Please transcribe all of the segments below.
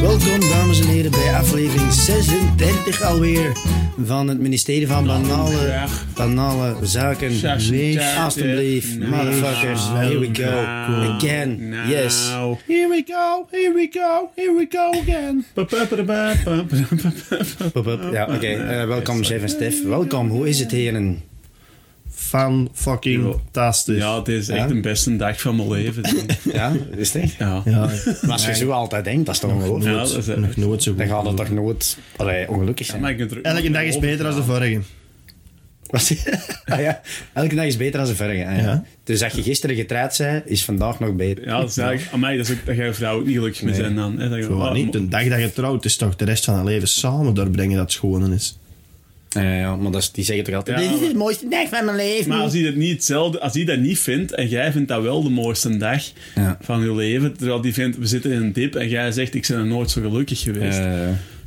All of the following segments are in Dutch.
Welkom, dames en heren, bij aflevering 36 alweer van het ministerie van Banale, banale Zaken. 36. Alsjeblieft, Nou, motherfuckers, here we go, nou, again, nou. yes. Here we go, here we go, here we go again. Pop, pop. Ja, oké, eh, welkom, chef en Stef. Welkom, hoe is het, heren? Fan fucking tastisch. Ja, het is echt Ja? de beste dag van mijn leven. denk ik. Ja, is het echt? Ja. Ja, Maar als je zo altijd denkt, dat is toch Ja, ongelooflijk? dat is nog echt. nooit zo Dan goed. gaat het toch nooit allee, ongelukkig zijn? Maar ik kunt er ook Elke nog dag is over beter dan de gaan. vorige. Was- ah, ja. Elke dag is beter dan de vorige. Ah, ja. Ja. Dus dat je gisteren getraind bent, is vandaag nog beter. Ja, dat is eigenlijk... Amai, dat is ook... Dat jij vrouw ook niet gelukkig mee Nee. zijn dan. hè. Dat je- Zo, maar Ah, niet. De dag dat je trouwt is toch de rest van je leven samen doorbrengen dat het schone is. Ja, ja, maar dat is, die zeggen toch altijd... Ja, dit is maar- de mooiste dag van mijn leven. Maar als hij dat niet hetzelfde, als hij dat niet vindt en jij vindt dat wel de mooiste dag Ja. van je leven, terwijl die vindt we zitten in een dip en jij zegt ik ben er nooit zo gelukkig geweest. Eh,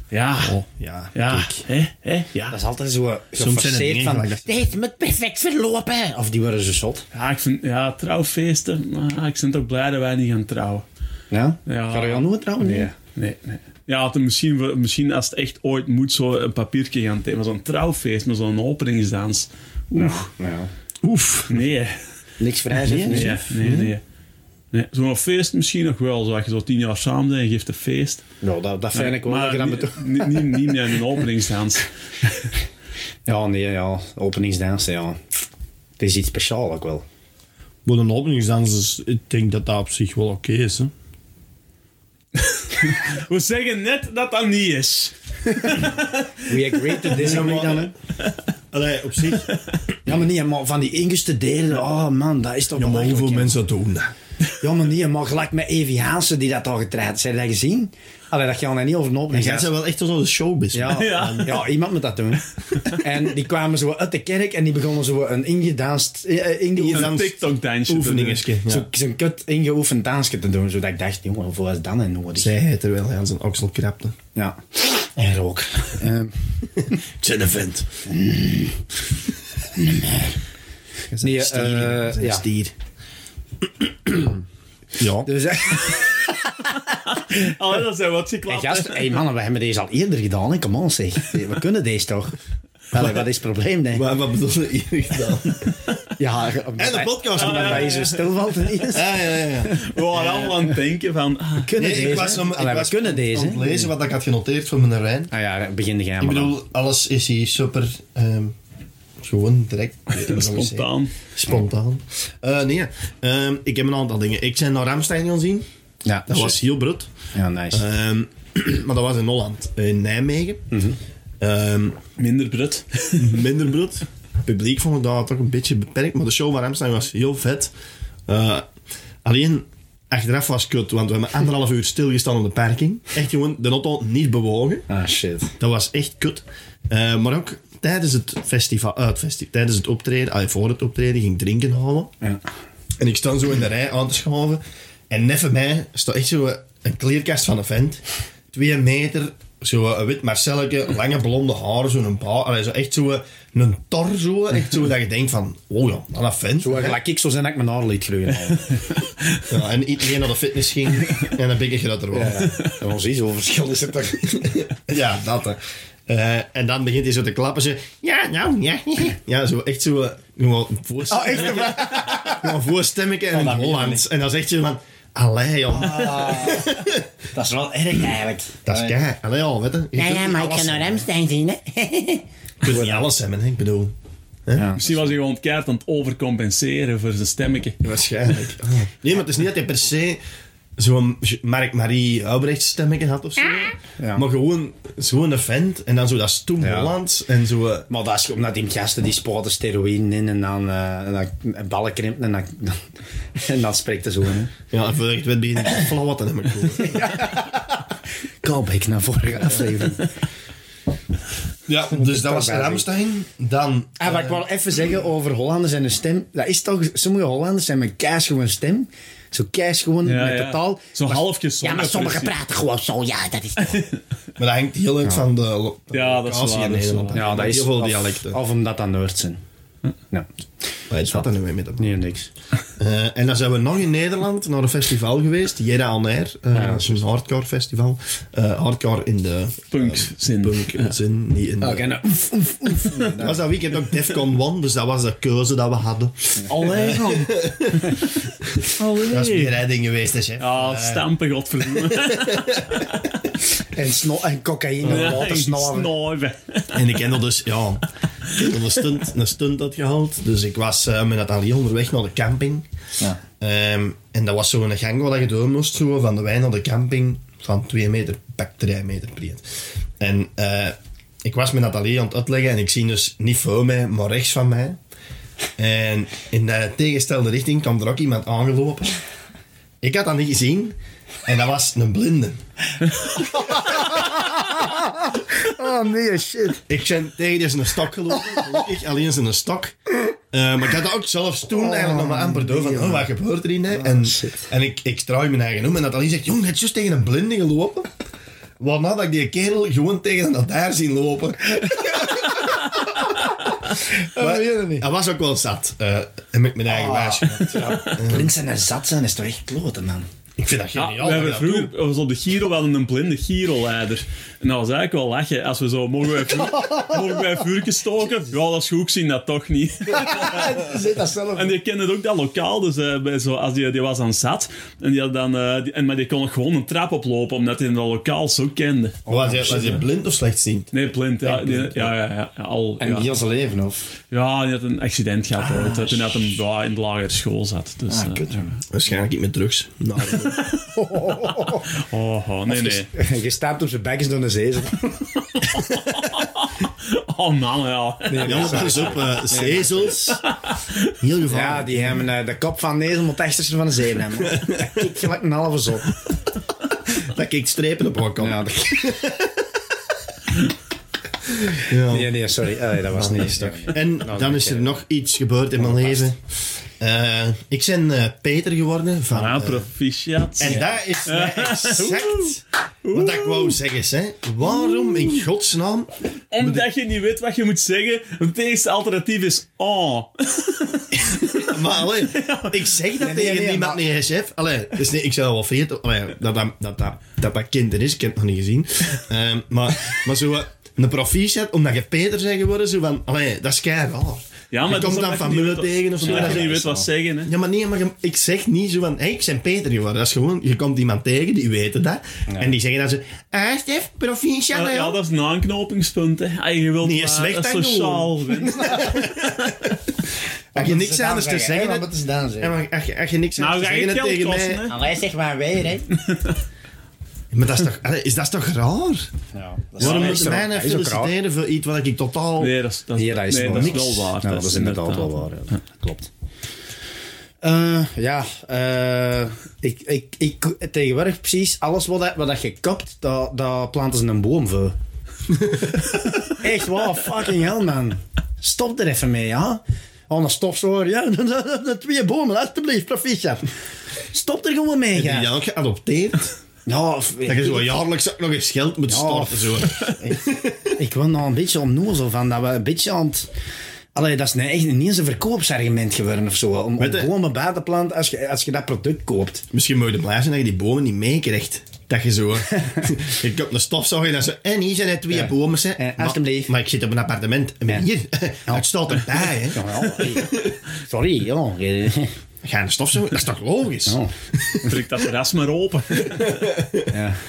ja. Ja, Ja. kijk. Hè? Hè? Ja. dat is altijd zo eh, zijn het geforceerd dingen van... gelijk dat- Dit moet perfect verlopen. Of die worden zo zot. Ja, ik vind, ja, trouwfeesten, maar ik ben toch blij dat wij niet gaan trouwen. Ja? Ja. Ga je al nooit trouwen? Nee, nee, nee. Ja, het- misschien, misschien als het echt ooit moet, zo een papiertje gaan tekenen. Maar zo'n trouwfeest, maar zo'n openingsdans. Oeh, Ja. Oef. nee. Niks vrij zijn. Nee, nee, Hm. nee. Nee, Zo'n feest misschien nog wel. Zo, als je zo tien jaar samen bent en je geeft een feest. Nou, dat, dat vind ik wel dat je dat bedoelt. niet, niet, niet, niet meer een openingsdans. Ja, nee, ja. Openingsdansen, ja. Het is iets speciaals ook wel. Wat een openingsdans is, ik denk dat dat op zich wel oké is. Hè? We zeggen net dat dat niet is. We agree to disagree dan, hè? Allee, op zich. Ja, maar niet, maar van die ingestudeerden, oh man, dat is toch Ja, maar belachelijk, hoeveel hè. mensen doen dat? Ja, maar niet, maar gelijk met Evi Haasen die dat al getraind zijn, dat gezien? Allee, dat gaan we niet over een opening. Jij bent wel echt zo de showbiz. Ja, Ja. ja. iemand moet dat doen. En die kwamen zo uit de kerk en die begonnen zo een ingedanst, eh, eh, Een ingedanst TikTok-dansje. te Oefeningenske. Ja. zo- zo'n kut ingeoefend dansje te doen. Zodat ik dacht, jongen, hoeveel is dat nou nodig? Zij het er wel aan zijn oksel krapte. Ja. En rook. Ehm, Ik ben een vent. Nee, eh, Nee, stier. Jij bent een ja. stier. Ja. dus, eh, doen. Allee, Oh, dat zijn wat hey, geklapt. gast, hey, mannen, we hebben deze al eerder gedaan. Hè? Come on, zeg. We kunnen deze toch? Allee, wat is het probleem, denk ik? Maar wat bedoel je hier gedaan? Ah, Ja, En de podcast. Omdat wij zo stilvalt ineens. Ja, Ah, ja, ja. We waren allemaal aan het denken van... ah, Kunnen Nee, deze? ik was, om, ik Allee, we was kunnen aan deze. het lezen wat ik had genoteerd van mijn Rijn. Ah ja, begin de geheim. Ik bedoel, alles is hier super... ehm, gewoon direct. spontaan. Spontaan. Eh, nee, ehm, ik heb een aantal dingen. Ik ben naar Ramstein gaan zien. ja, Dat was heel brut. Ja, nice. Ehm, maar dat was in Holland. In Nijmegen. Ehm, Minder brut. minder bloed. Het publiek vond ik dat toch een beetje beperkt. Maar de show van Ramstein was heel vet. Eh, alleen achteraf was kut, want we hebben anderhalf uur stilgestaan op de parking. Echt gewoon, de auto niet bewogen. Ah, shit. Dat was echt kut. Eh, maar ook tijdens het festival, eh, het festi- tijdens het optreden, allee, voor het optreden, ging ik drinken halen. Ja. En ik sta zo in de rij aan te schaven. En net voor mij staat echt zo een kleerkast van een vent. Twee meter, zo een wit Marcelletje, lange blonde haren, zo'n paar. Allee, zo echt zo een tor, zo. Echt zo dat je denkt van, oh ja, dat is een vent. Zo, gelijk ik zo zijn dat ik mijn haar liet groeien. Ja, en iedereen naar de fitness ging en een beetje groter worden. Ja, ons is verschil is het toch? Ja, dat. hè. Eh, en dan begint hij zo te klappen. Ze, ja, nou, ja. Ja, zo echt zo. eh, Gewoon voor Oh, echt? Oh, gewoon voorstemmetje en in dat het meen je Hollands. En dan zegt je van. Allee, joh. Ah, Dat is wel erg eigenlijk. dat is kei. Allee, joh, weet je. Je Ja, kunt ja, niet maar ik alles ga naar hebben. Ramstein zien, hè. Je kunt niet alles hebben, hè, ik bedoel. Misschien was hij gewoon keihard aan het overcompenseren voor zijn stemmetje. Waarschijnlijk. Ah. Nee, maar het is niet dat hij per se zo'n Mark-Marie Albrecht stemmetje had of zo. Ja. Maar gewoon, gewoon een vent. En dan zo dat stoem Ja. Hollands. En zo. eh, Maar dat is omdat die gasten die spoten steroïne in en dan, eh en dan en ballen krimpen en dan, en dan spreekt de zoon. hè. Ja, en voor ik het weet begin ik te flauwatten, heb ik gehoord. Callback naar vorige aflevering. Ja, dus dat was Daarbij. Ramstein. Dan... En Ah, wat ik wel even zeggen over Hollanders en hun stem. Dat is toch, sommige Hollanders zijn met keisgewoon stem. Zo keisgewoon, Ja, met ja. totaal. Zo'n halfje Ja, maar sommigen precies. praten gewoon zo, ja, dat is toch... Maar dat hangt heel uit van de lo- Ja, dat is locatie waar, in dat is Nederland. waar. Heel veel dialecten. Hm. Of, of omdat dat Noord zijn. Ja. Maar het zat er niet mee met hem. Nee, niks. Eh, en dan zijn we nog in Nederland naar een festival geweest, Jera on Air. Eh, Ja, dat is een hardcore festival. Eh, hardcore in de Punk zin. punk zin, niet in de... Oké, nou, oef, oef, oef. Dat was dat weekend ook Defcon 1, dus dat was de keuze dat we hadden. Eh, Allee, man. Dat is Allee. meer redding geweest, hè, chef. Ja, stampen, godverdomme. En, sno- en cocaïne en Ja, water snorren. snorven. En ik heb dus, ja, ik heb een stunt, een stunt uitgehaald. Dus ik was eh, met Nathalie onderweg naar de camping. Ja. Ehm, en dat was zo'n gang waar je door moest, zo, van de wijn naar de camping, van 2 meter, pak 3 meter breed. En eh, ik was met Nathalie aan het uitleggen en ik zie dus niet voor mij, maar rechts van mij. En in de tegenstelde richting kwam er ook iemand aangelopen. Ik had dat niet gezien en dat was een blinde. Oh nee, shit. Ik ben tegen die een stok gelopen. Gelukkig alleen zijn een stok. Eh, maar ik had dat ook zelfs toen Oh, eigenlijk nog maar amper door. Van, oh, wat gebeurt er hier? hè? en Ah, shit. en ik, ik draai mijn eigen om. En dat alleen zegt, jong, net juist tegen een blinde gelopen. Waarna dat ik die kerel gewoon tegen dat daar zien lopen. Dat weet je niet. Ah. Dat was ook wel zat. Eh heb ik mijn eigen baasje. Blind zijn en zat zijn is toch echt kloten, man. Ik vind dat Ja, geniaal. we dat hebben dat vroeger, doet. we hadden op de Giro, we hadden een blinde Giro-leider. En dat was eigenlijk wel lachen. Als we zo, mogen wij, vuur, mogen wij vuurtjes stoken? Ja, dat is goed, ik zie dat toch niet. Zit dat zelf. En die kende ook dat lokaal, dus eh, bij zo, als die, die was aan zat. En die had dan, eh, die- en, maar die kon ook gewoon een trap oplopen, omdat hij dat lokaal zo kende. was, je, was je blind of slechtziend? Nee, blind. Ja, die- ja, ja, ja, ja, al, En ja. heel zijn leven, of? ja, die had een accident gehad Ah, ooit, eh, toen hij hem, ja, in de lagere school zat. Dus, eh, Waarschijnlijk niet met drugs. Nou, oh, oh, nee, dus- nee. Je staat op zijn bek is door een zezel. Oh man, ja. Jan, pas op. eh, Zezels. Heel gevaarlijk. Ja, die hebben eh, de kop van deze moet echt tussen van de zeven hebben. Dat kikt gelijk een halve zot. Dat ik strepen op elkaar. Ja, dat- Nee, nee, sorry. Allee, dat was niet stuk. En dan is er nog iets gebeurd in mijn leven. Eh, ik ben eh, Peter geworden van... Ja, eh, proficiat. en dat is mij exact wat ik wou zeggen. Hè. Waarom in godsnaam... Omdat je niet weet wat je moet zeggen, het eerste alternatief is oh. Maar allee, ik zeg Nee, dat nee, tegen nee, niemand maar- niet, hè, chef. Allee, dus nee, ik zou wel veertig... Allee, dat, dat, dat, dat, dat dat kind er is, ik heb het nog niet gezien. Ehm, maar, maar zo... eh, Een proficiat, omdat je Peter bent geworden, zo van... Allee, dat is keihard. Ja, maar je komt dat dan is omdat je familie niet weet- tegen of zo. Omdat dat je is- niet weet wat zeggen, hè. Ja, maar nee, maar je- ik zeg niet zo van, hé, ik ben Peter geworden. Dat is gewoon, je komt iemand tegen, die weten dat. En die zeggen dan zo, ah, Stef, proficiat. Ja, hè, ja, joh." dat is een aanknopingspunt, hè. Ah, Je wilt Niet maar eens weg, een dat sociaal winnen. Als je niks anders te zeggen Wat hebt, is dan en zeggen? maar als je, als je niks Nou, anders ga te je zeggen het hebt geld kosten, tegen mij... hè. Allee, zeg maar weer, hè. Maar dat is toch, allee, is dat toch raar? Ja, dat Waarom is moeten ook- mij nou dat is ook raar. feliciteren voor iets wat ik totaal... Nee, dat is, dat is, Ja, dat is nee, wel dat is niks. wel waar. Nou, dat is inderdaad wel waar. ja. Klopt. Eh, ja, eh, ik, ik, ik, tegenwoordig precies alles wat, dat- wat dat je kapt, dat, dat planten ze een boom voor. Echt waar, fucking hell man. Stop er even mee, ja. Oh, een stofzoor, ja. Twee bomen, alstublieft, proficiat. Stop er gewoon mee, Heb je die ja. dan ook geadopteerd? Nou, of- Dat je zo jaarlijks ook nog eens geld moet Ja. storten. Zo. Oh. Ik wil nog een beetje onnozel van dat we een beetje aan het... Allee, dat is nou echt niet eens een verkoopsargument geworden of zo. Om, om Weet je- bomen bij te planten als je, als je dat product koopt. Misschien moet je blij zijn dat je die bomen niet meekrijgt. Dat je zo... je koopt een stofzorg en dan zo... En hier zijn er twee Ja. bomen. Hè. Eh, maar, alstublieft. maar ik zit op een appartement. En Ja. hier, het staat erbij. Hè. Ja, ja. Sorry, ja. Ga een stofzuiger? Dat is toch logisch? Ja. Trek dat terras maar open. Ja.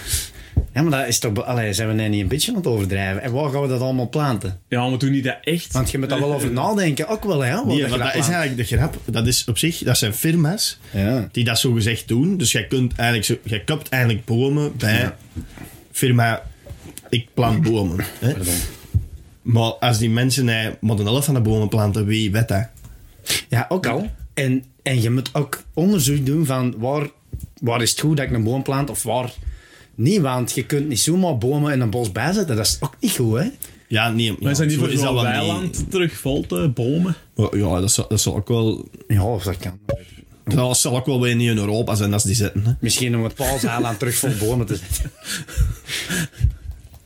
Ja, maar dat is toch... be- Allee, zijn we nou niet een beetje aan het overdrijven? En waar gaan we dat allemaal planten? Ja, maar doe niet dat echt. Eh, Want je moet daar wel over nadenken, ook wel, hè? waar Nee, Oh, dat je maar dat dat is plant. eigenlijk de grap. Dat is op zich, dat zijn firma's Ja. die dat zo gezegd doen. Dus jij kunt eigenlijk, zo, jij kapt eigenlijk bomen bij firma ik plant bomen. Hè? Maar als die mensen eh, maar de helft van de bomen planten, wie weet dat? Ja, ook al. En, en je moet ook onderzoek doen van waar, waar is het goed dat ik een boom plant of waar niet. Want je kunt niet zomaar bomen in een bos bijzetten. Dat is ook niet goed, hè? Ja, nee. ja, Wij zijn niet zo voor is dat zo'n wel weiland terug, vol te bomen. niet. Ja, dat zal, dat zal ook wel... Ja, of dat kan. Dat zal ook wel weer niet in Europa zijn als die zitten. Hè? Misschien om het paaseiland terug vol bomen te zetten.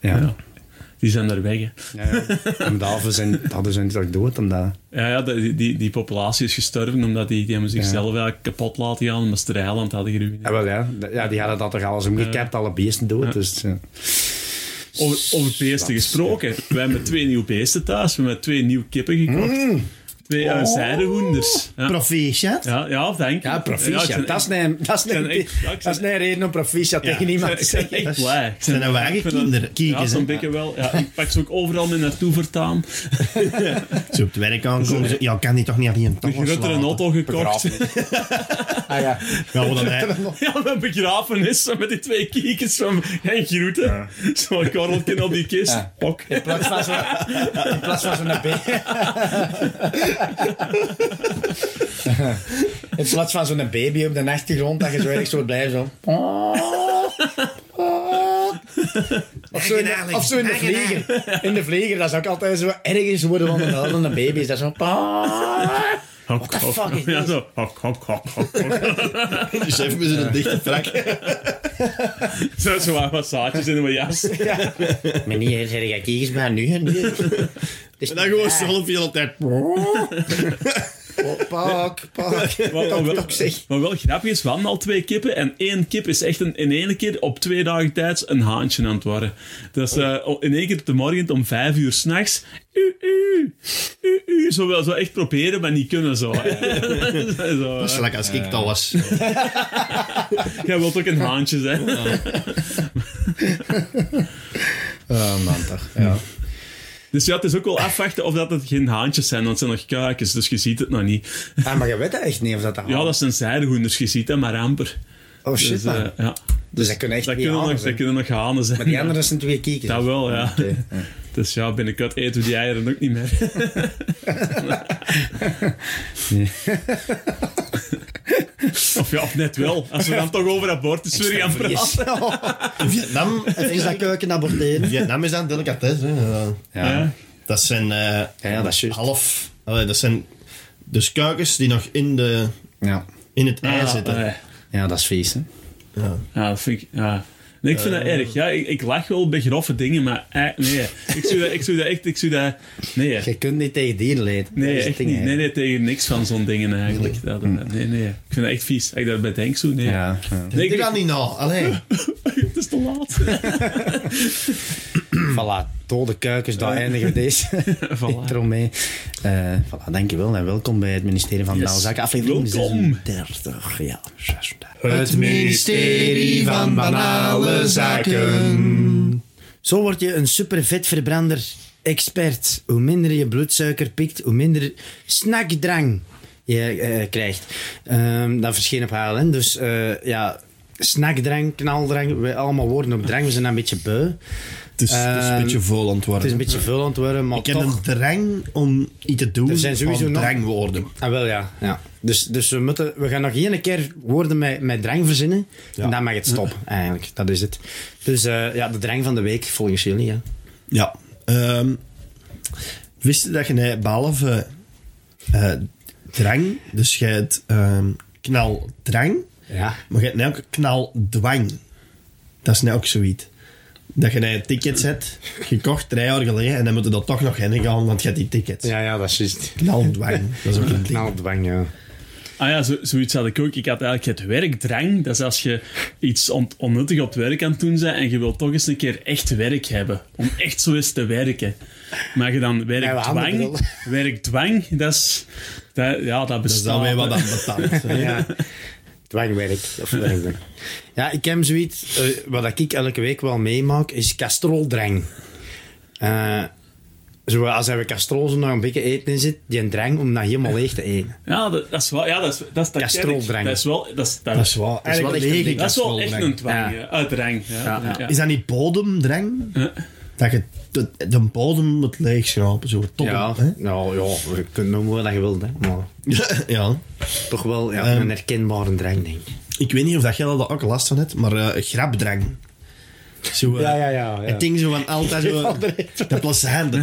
Ja. Die zijn daar weg. hè. Ja, ja. En de alven zijn, hadden zijn toch dood en dat. Ja, ja die, die, die populatie is gestorven omdat die, die hebben zichzelf eigenlijk kapot laten gaan omdat ze de eiland hadden geruineerd. Ja, wel, ja. D- ja, die hadden dat toch alles omgekapt, alle beesten dood. Dus, ja. Over, over beesten gesproken. We hebben twee nieuwe beesten thuis. We hebben twee nieuwe kippen gekocht. Mm. Twee uh, zijdehoenders. Ja. Proficiat. Ja, ja, dank je. Oh. Ja, proficiat. ik ben dat is een, dat is ik ben een, echt- ja, ik dat is ben- een reden om proficiat tegen iemand te Ik ben zeggen. echt blij. Ik zijn ben- nou eigen ik vind dat- kinderen. Ja, Kiekers, zo'n hè. beetje wel. Ja, ik pak ze ook overal mee naartoe vertaan. Zo op het werk aankomen. zo, Ja, kan die toch niet aan die een Een grotere auto gekocht. Ah, ja. Ja, wat dan hij... Ja, mijn begrafenis zo met die twee kiekers van Henk Groeten. Zo'n korreltje op die kist. Ja. Pak. In plaats van zo- in plaats van zo'n beest. In plaats van zo'n baby op de achtergrond, dat je zo erg zo blij zo. Of zo, in de, of zo in de vlieger. In de vlieger, dat is ook altijd zo ergens worden van een huilende baby. Is dat zo. Hok, hok, fuck is Ja, dit? zo. Hok, hok, hok, hok, hok. Dus even met een dichte trak. Zo, zo wat massages in mijn jas. Meneer, zeg je kiekers maar nu en nu. En dan gewoon zelf de hele tijd. Pak, pak. Maar, maar wel, Tok, zeg. maar wel grappig is, we hadden al twee kippen en één kip is echt een, in één keer op twee dagen tijd een haantje aan het worden. Dat is Oh eh, o- in één keer op de morgen om vijf uur s'nachts. U, u, u, u. Zo wel zo echt proberen, maar niet kunnen zo. zo Dat is eh. lekker als ik dat was. Jij wilt ook een haantje zijn. Oh man, toch. Ja. Dus ja, het is ook wel afwachten of dat het geen haantjes zijn, want het zijn nog kuikens, dus je ziet het nog niet. Ah, maar je weet dat echt niet of dat dat Ja, dat zijn zijdehoenders, je ziet dat maar amper. Oh shit, Dus, eh, man. ja. Dus dat kunnen echt dat, niet hanen kunnen nog, dat zijn. kunnen nog hanen zijn. Maar die anderen zijn twee kiekers. Dat wel, ja. Oké, ja. Dus ja, binnenkort eten we die eieren ook niet meer. Of ja, of net wel. Als we dan toch over abortus weer gaan praten. In Vietnam, Even dat keuken aborteren. Vietnam is dat een delicatesse. hè. Ja. Dat zijn eh, Ja, ja, dat is juist. half... allee, dat zijn dus kuikens die nog in, de, Ja. in het ei Ah, zitten. eh, ja, dat is vies, hè. Ja. Ja, dat vind ik... Ja. Nee, ik vind dat erg. Ja, ik, ik lach wel bij grove dingen, maar... eh, nee, ik zou dat, ik zou dat echt... Ik zou dat, nee, Je kunt niet tegen dieren leiden. Dat Nee, is het echt ding, niet. hè. Nee, nee, tegen niks van zo'n dingen eigenlijk. Dat, eh, nee, nee. Ik vind dat echt vies. Als ik daarbij denk, zo, nee. Ja, ja. Nee, Ik ik- ga niet na. Allee. het is te laat. Voilà, dode kuikens, daar eindigen we deze voilà. intro mee. Eh voilà, dankjewel en welkom bij het ministerie van Yes. Bouwzaken aflevering Welkom. 36. Ja, 36. Het ministerie van Banale Zaken. Zo word je een super vetverbrander expert. Hoe minder je bloedsuiker pikt, hoe minder snackdrang je eh, krijgt. Ehm, dat verscheen op HLN. Dus eh, ja, snackdrang, knaldrang, we allemaal woorden op drang. We zijn een beetje beu. Het is, het is een Ehm, beetje vol aan het Het is worden. een beetje veel aan het worden, maar Ik heb toch... een drang om iets te doen. Er zijn sowieso aan nog- drangwoorden. Ah, wel ja. ja. Dus, dus we, moeten, we gaan nog één keer woorden met, met drang verzinnen. En dan mag het stoppen, eigenlijk. Dat is het. Dus eh, ja, de drang van de week, volgens jullie. Ja. Ja. ehm, wist je dat je eh, behalve eh, drang, dus je hebt ehm, knaldrang, Ja. maar je hebt nu ook knaldwang. Dat is nou ook zoiets. Dat je een tickets hebt gekocht drie jaar geleden en dan moet je dat toch nog heen gaan, want je hebt die tickets. Ja, ja, dat is juist. Knaldwang, dat is ook een ding. Knaaldwang, ja. Ah ja, zo, zoiets had ik ook. Ik had eigenlijk het werkdrang. Dat is als je iets on- onnuttig op het werk aan het doen bent en je wilt toch eens een keer echt werk hebben. Om echt zo eens te werken. Maar je dan handen werkdwang... brullen. werkdwang, dat is... Dat, ja, dat Dat is bestaat. dan weer hè. wat aan betaald. hè. ja. Dwangwerk. Of werkdrang. Ja, ik heb zoiets, eh, wat ik elke week wel meemaak, is kastroldrang. Eh, zo als we kastrol zo nog een beetje eten in zit, die drang om dat helemaal leeg te eten. Ja, dat, dat is wel... Ja, dat is, dat is, dat ken ik. Kastroldrang. Dat is wel... Dat is, dat, Dat is wel, is wel eigenlijk echt een lege ding. dat is wel echt een knaldwang. dwang. Ja. Uitdrang. Ja, ja, ja. Is dat niet bodemdrang? Dat je de, de bodem moet leegschrapen, zo tot Ja, op, hè? nou, ja, je kunt noemen wat je wilt, hè. maar ja. toch wel ja, een herkenbare drang, denk ik. Ik weet niet of dat jij daar ook last van hebt, maar eh grapdrang. Zo, eh, Ja, ja, ja. Het ding zo van altijd zo... De placenta.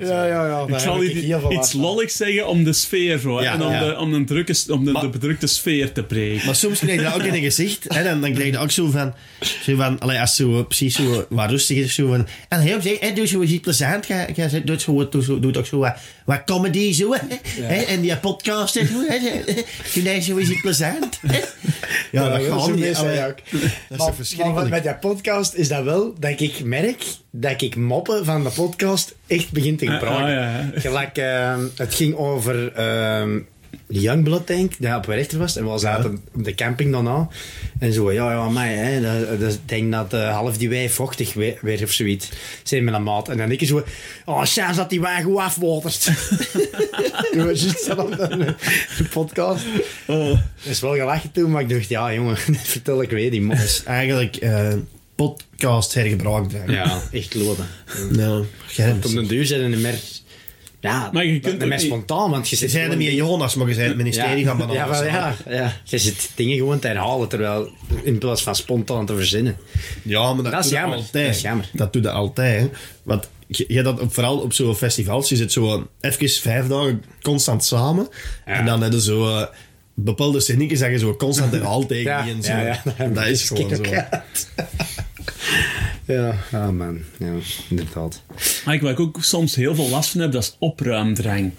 Ja, ja, ja. Ik zal iets, iets lolligs zeggen om de sfeer zo, hè, Ja, en om, ja. de, om, de, drukke, om de, Maar- de bedrukte sfeer te breken. Maar soms krijg je dat ook in een gezicht. Hè, dan, dan krijg je dat ook zo van... Zo van allee, als zo, eh, precies zo wat rustig is. Zo van, en heel op zich, hè, doe zo iets plezant. Ga, ga, doe, het zo, doe, zo, doe ook zo wat, wat comedy. Zo, hè, hè, en die podcast. en zo, hè, hè, Doe daar zo iets plezant. hè. Ja, dat heel gaat veel niet. mensen allee, ook. Dat is Maar- een Maar verschrikkelijk. met dat podcast is dat wel dat ik merk dat ik moppen van de podcast echt begin te gebruiken. Ah, ja, ja. Gelijk, ehm, het ging over ehm Youngblood, denk ik, dat op rechter was. En we zaten op de camping daarna. En zo, ja, ja, mij, hè. dat- dat- Ik denk dat eh, half die wij vochtig we- werd of zoiets. Zijn met een maat. En dan ik zo, oh, chance dat die wij goed afwatert. Toen was juist zelf eh, een podcast. Oh. Er is wel gelachen toen, maar ik dacht, ja, jongen, vertel ik weer die mop. Dus eigenlijk eh, podcast hergebruikt. eigenlijk. Ja, echt loden. Nou, jij Op den duur zijn er meer... Ja, Maar je kunt er meer ook niet- spontaan, want je zit... Ze zijn er gewoon- meer Jonas, maar je bent het ministerie gaan bananen. ja, wel, ja, ja, je zit dingen gewoon te herhalen, terwijl in plaats van spontaan te verzinnen. Ja, maar dat, Dat is doe je jammer. altijd. Dat is jammer. Dat doe je altijd. hè. Want je, je dat, op- vooral op zo'n festivals, je zit zo eh, even vijf dagen constant samen. En dan hebben zo eh, bepaalde zinnetjes dat je zo constant herhaalt tegen Ja, die en zo. ja, ja. Dat is gewoon zo. Ja, ah man, ja, inderdaad. Maar ik, waar ik ook soms heel veel last van heb, dat is opruimdrang.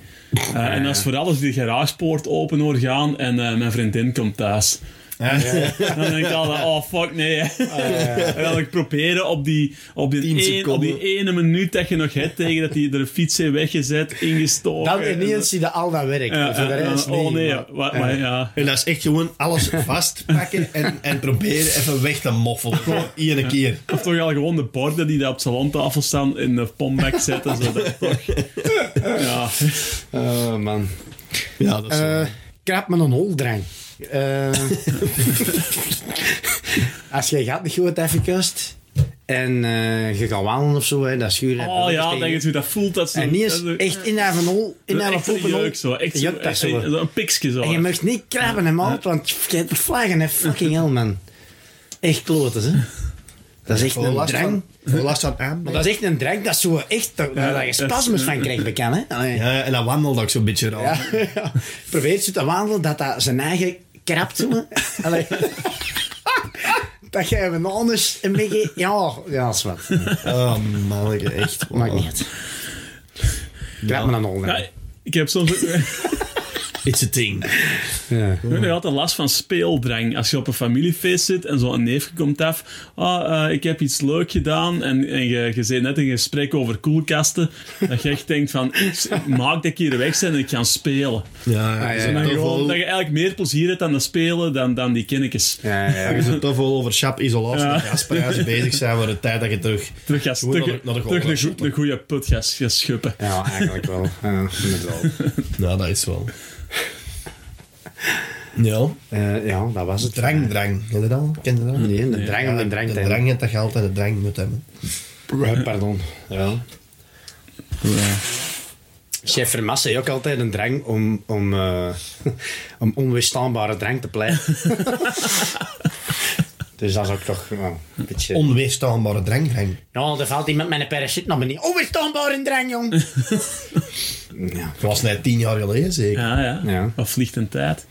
Eh, En dat is vooral als ik de garagepoort open hoor gaan en eh, mijn vriendin komt thuis. Ja, Dan denk ik altijd, oh fuck nee. hè. Ah, En dan ik proberen op die, op, Tien die een, op seconden. die ene minuut dat je nog hebt tegen dat hij er een fiets heeft weggezet, ingestoken. Dan en- ineens zie je al dat werk. Ja, voor de en- rest en- oh niet, nee, maar- wa- maar ja. En dat is echt gewoon alles vastpakken en, en proberen even weg te moffelen. Gewoon één keer. Of toch al gewoon de borden die daar op salontafel staan in de pomback zetten. Zo, dat toch. Ja. Oh man. Ja, dat is zo. Eh, krap met een holdrang. Eh, als je gaat niet goed even kust en eh, je gaat wandelen of zo, hè, dat schuurt. Oh ja, denk je hoe dat voelt. Dat ze- En niet dat eens ze- echt in haar van hol, in haar echt van een hol. jeuk zo. Echt zo, Jeuk, dat echt- zo. echt een pikje zo. En je mag niet krabben hem uit, want je vergeet de vlaggen, hè. Fucking hell, man. Echt kloten, hè. Dat is echt Gewoon een last drang. van, gewoon last van aan. Maar dat is echt een drang dat zo echt... Dat, dat je dat is- spasmus van krijgt, bekend, hè. Allee. Ja, en dat wandelt ook zo'n beetje raar. Ja. Probeert ze te wandelen dat dat zijn eigen krabt. jongen. Allee. dat jij hem anders een beetje... Ja, ja, dat is wat. Oh, manneke, echt. Maakt niet uit. Krap me dan onder. Ja, ik heb soms ook, It's a thing. Ja. ik heb nog altijd last van speeldrang. Als je op een familiefeest zit en zo'n neefje komt af. Ah, eh, ik heb iets leuk gedaan. En, en je, je zit net in een gesprek over koelkasten. Dat je echt denkt van, ik maak dat ik hier weg ben en ik ga spelen. Ah, Ja, ja, En dan Te gewoon, veel- dat je eigenlijk meer plezier hebt aan het spelen dan, dan die kinnikjes. Ja, ja, Je ja. zit te veel over sap isolatie Ja. en gasprijzen bezig zijn voor de tijd dat je terug... Terug, gaat- Gewoon terug, naar de- naar de terug goal, een goe- een goede put gaat gaat schuppen. Ja, eigenlijk wel. Ja, inderdaad. Nou, dat is wel... Ja. Eh, ja, dat was het. Drang, drang. Ken je dat? Ken je dat? Nee, de drang om de drang te De hebben. drang heeft dat geld en de drang moet hebben. Eh, Pardon. Ja. Chef Vermassen heeft ook altijd een drang om, om, eh, om onweerstaanbare drang te pleiten. dus dat is ook toch nou, een beetje... Onweerstaanbare drang, drang. Ja, er valt iemand met een parachute naar beneden. Onweerstaanbare drang, jong! ja. Dat was net tien jaar geleden, zeker. Ja, ja. Ja. Of vliegt een tijd.